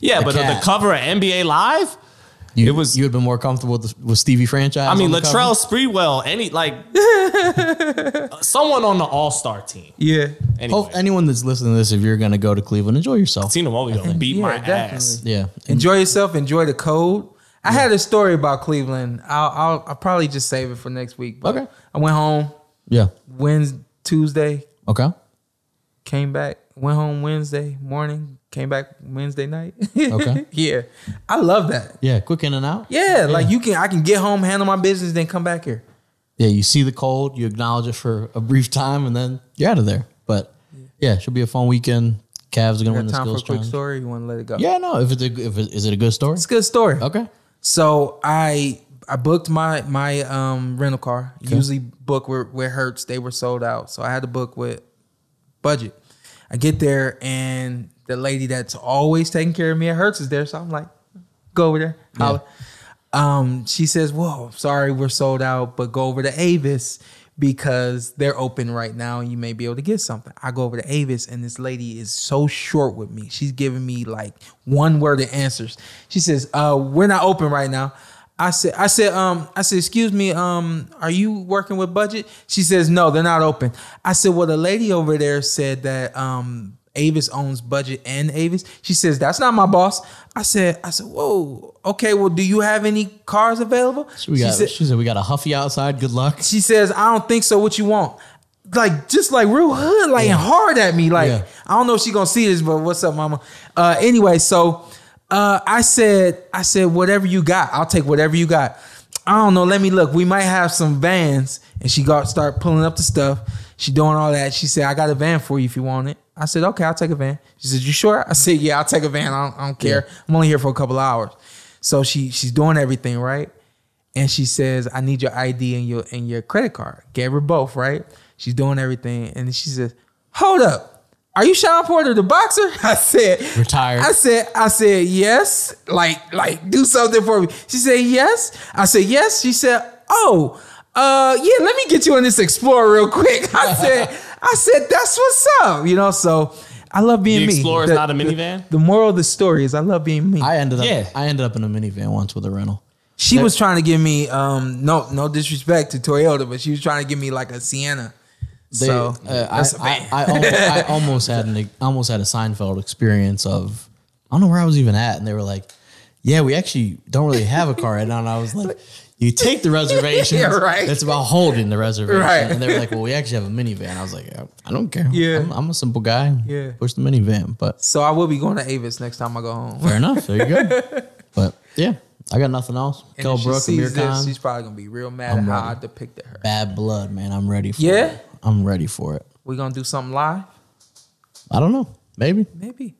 yeah, but on the
cat.
cover of NBA Live?
You,
It was-
You had been more comfortable with, with Stevie franchise.
I mean,
on the cover?
Latrell Sprewell, any like someone on the All Star team.
Yeah,
Anyway,
Hope anyone that's listening to this, if you're going to go to Cleveland, enjoy yourself.
Catino Mobley gonna beat
yeah,
my
definitely.
ass.
Yeah, and
enjoy yourself. Enjoy the cold. I had a story about Cleveland. I'll I'll, I'll probably just save it for next week. But
Okay.
I went home
yeah.
Wednesday, Tuesday,
Okay.
came back, went home Wednesday morning, came back Wednesday night.
Okay.
yeah, I love that.
Yeah, quick in and out.
Yeah, like you can I can get home, handle my business, then come back here.
Yeah, you see the cold, you acknowledge it for a brief time, and then you're out of there. But yeah, it should be a fun weekend. Cavs are going to win
Got
the
time for a
skills
quick
challenge.
story? You want to let it go?
Yeah, no. If it's a, if it, is it a good story?
it's a good story.
Okay.
So I I booked my my um rental car. Usually book with with Hertz. They were sold out, so I had to book with budget. I get there and the lady that's always taking care of me at Hertz is there, so I'm like, go over there, holler. Um, she says, "Whoa, sorry, we're sold out, but go over to Avis." Because they're open right now, and you may be able to get something. I go over to Avis, and this lady is so short with me. She's giving me like one word of answers. She says, "Uh, we're not open right now." I said, I said, um, I said, excuse me, um, are you working with budget? She says, no, they're not open. I said, well, the lady over there said that um Avis owns budget and Avis. She says, that's not my boss. I said, I said, whoa, okay, well, do you have any cars available?
We
she,
got,
said,
she said, we got a Huffy outside. Good luck.
she says, I don't think so. What you want? Like just like real hood, like hard at me. Like
Yeah.
I don't know if she gonna see this, but what's up, mama? Uh, anyway, so uh, I said, I said, whatever you got, I'll take whatever you got. I don't know. Let me look. We might have some vans, and she got start pulling up the stuff. She doing all that. She said, I got a van for you if you want it. I said, okay, I'll take a van. She said, you sure? I said, yeah, I'll take a van. I don't, I don't care. I'm only here for a couple hours. So she she's doing everything right and she says, "I need your ID and your and your credit card." Gave her both, right? She's doing everything, and then she says, "Hold up, are you Sean Porter, the boxer?" I said,
Retired.
I said, "I said yes, like like do something for me." She said, "Yes." I said, "Yes." She said, "Oh, uh, yeah, let me get you on this Explorer real quick." I said, "I said that's what's up," you know. So I love being
The
me.
Explorer is
The-
not a
the-
minivan?
The, moral of the story is I love being me.
I ended up.
Yeah.
I ended up in a minivan once with a rental.
She was trying to give me um no no disrespect to Toyota, but she was trying to give me like a Sienna.
They,
so
uh, I,
that's a
I,
van.
I, almost, I almost had an I almost had a Seinfeld experience of I don't know where I was even at, and they were like, "Yeah, we actually don't really have a car right now." And I was like, "You take the reservation,
Yeah, right.
It's about holding the reservation."
Right.
And they were like, "Well, we actually have a minivan." I was like, "I don't care.
Yeah.
I'm, I'm a simple guy.
Yeah.
push the minivan." But
so I will be going to Avis next time I go home.
fair enough. There you go. But yeah, I got nothing else.
And if
Kel
she
Brook, Amir
sees this,
Khan,
she's probably gonna be real mad
I'm
at how I
ready.
depicted her.
bad blood, man. I'm ready for
Yeah?
it. I'm ready for it.
We gonna do something live?
I don't know. Maybe.
Maybe.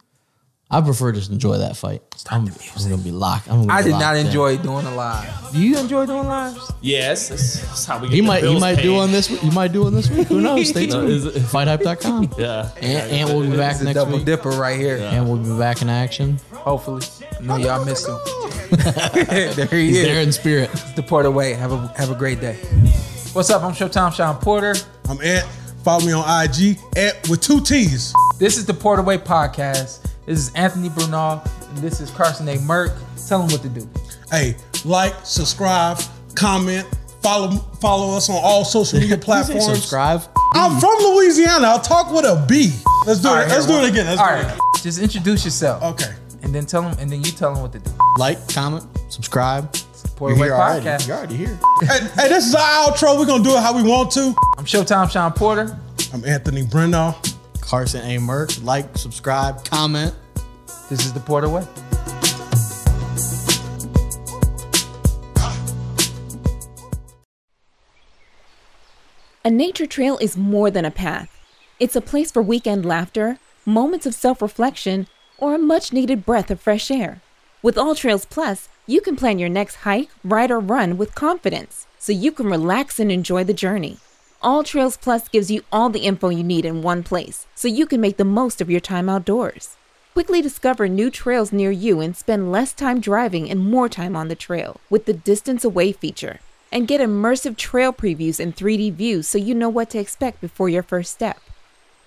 I prefer just enjoy that fight. I'm, I'm gonna be locked. I'm gonna
I did
be
not
locked in.
enjoy doing a live. Do you enjoy doing lives?
Yes, that's, that's how we get.
He
the
might, he
bills
might do
paid.
on this. week- You might do on this week. Who knows? Stay
No,
tuned.
is it-
Fighthype.com.
Yeah,
And, and we'll be back
It's a
next
double
week.
dipper right here.
And we'll be back in action.
Hopefully, no, y'all missed him. there he
He's
is.
there in spirit.
The Porter Way. Have a have a great day. What's up? I'm Showtime Sean Porter.
I'm at. Follow me on IG at with two T's.
This is the Porter Way podcast. This is Anthony Brunel and this is Carson A. Merck. Tell them what to do.
Hey, like, subscribe, comment, follow follow us on all social media platforms.
Subscribe.
I'm from Louisiana. I'll talk with a B. Let's do it.
All right,
Let's
here,
do it
one-
again. Let's
all
do it.
right,
again.
just introduce yourself.
Okay.
And then tell them, and then you tell them what to do.
Like, comment, subscribe.
Porter Way
You're already,
podcast.
you're already here.
Hey, hey, this is our outro. We're gonna do it how we want to.
I'm Showtime Sean Porter.
I'm Anthony Brendo.
Carson A. Merck. Like, subscribe, comment.
This is the Porter Way.
A nature trail is more than a path. It's a place for weekend laughter, moments of self reflection, or a much needed breath of fresh air. With All Trails Plus, you can plan your next hike, ride, or run with confidence so you can relax and enjoy the journey. All Trails Plus gives you all the info you need in one place so you can make the most of your time outdoors. Quickly discover new trails near you and spend less time driving and more time on the trail with the Distance Away feature. And get immersive trail previews and 3D views so you know what to expect before your first step.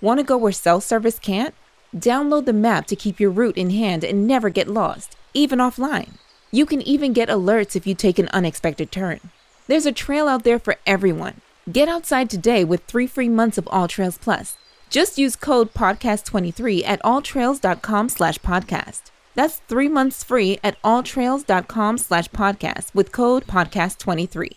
Want to go where cell service can't? Download the map to keep your route in hand and never get lost, even offline. You can even get alerts if you take an unexpected turn. There's a trail out there for everyone. Get outside today with three free months of All Trails Plus. Just use code podcast23 at alltrails.com slash podcast. That's three months free at alltrails.com slash podcast with code podcast23.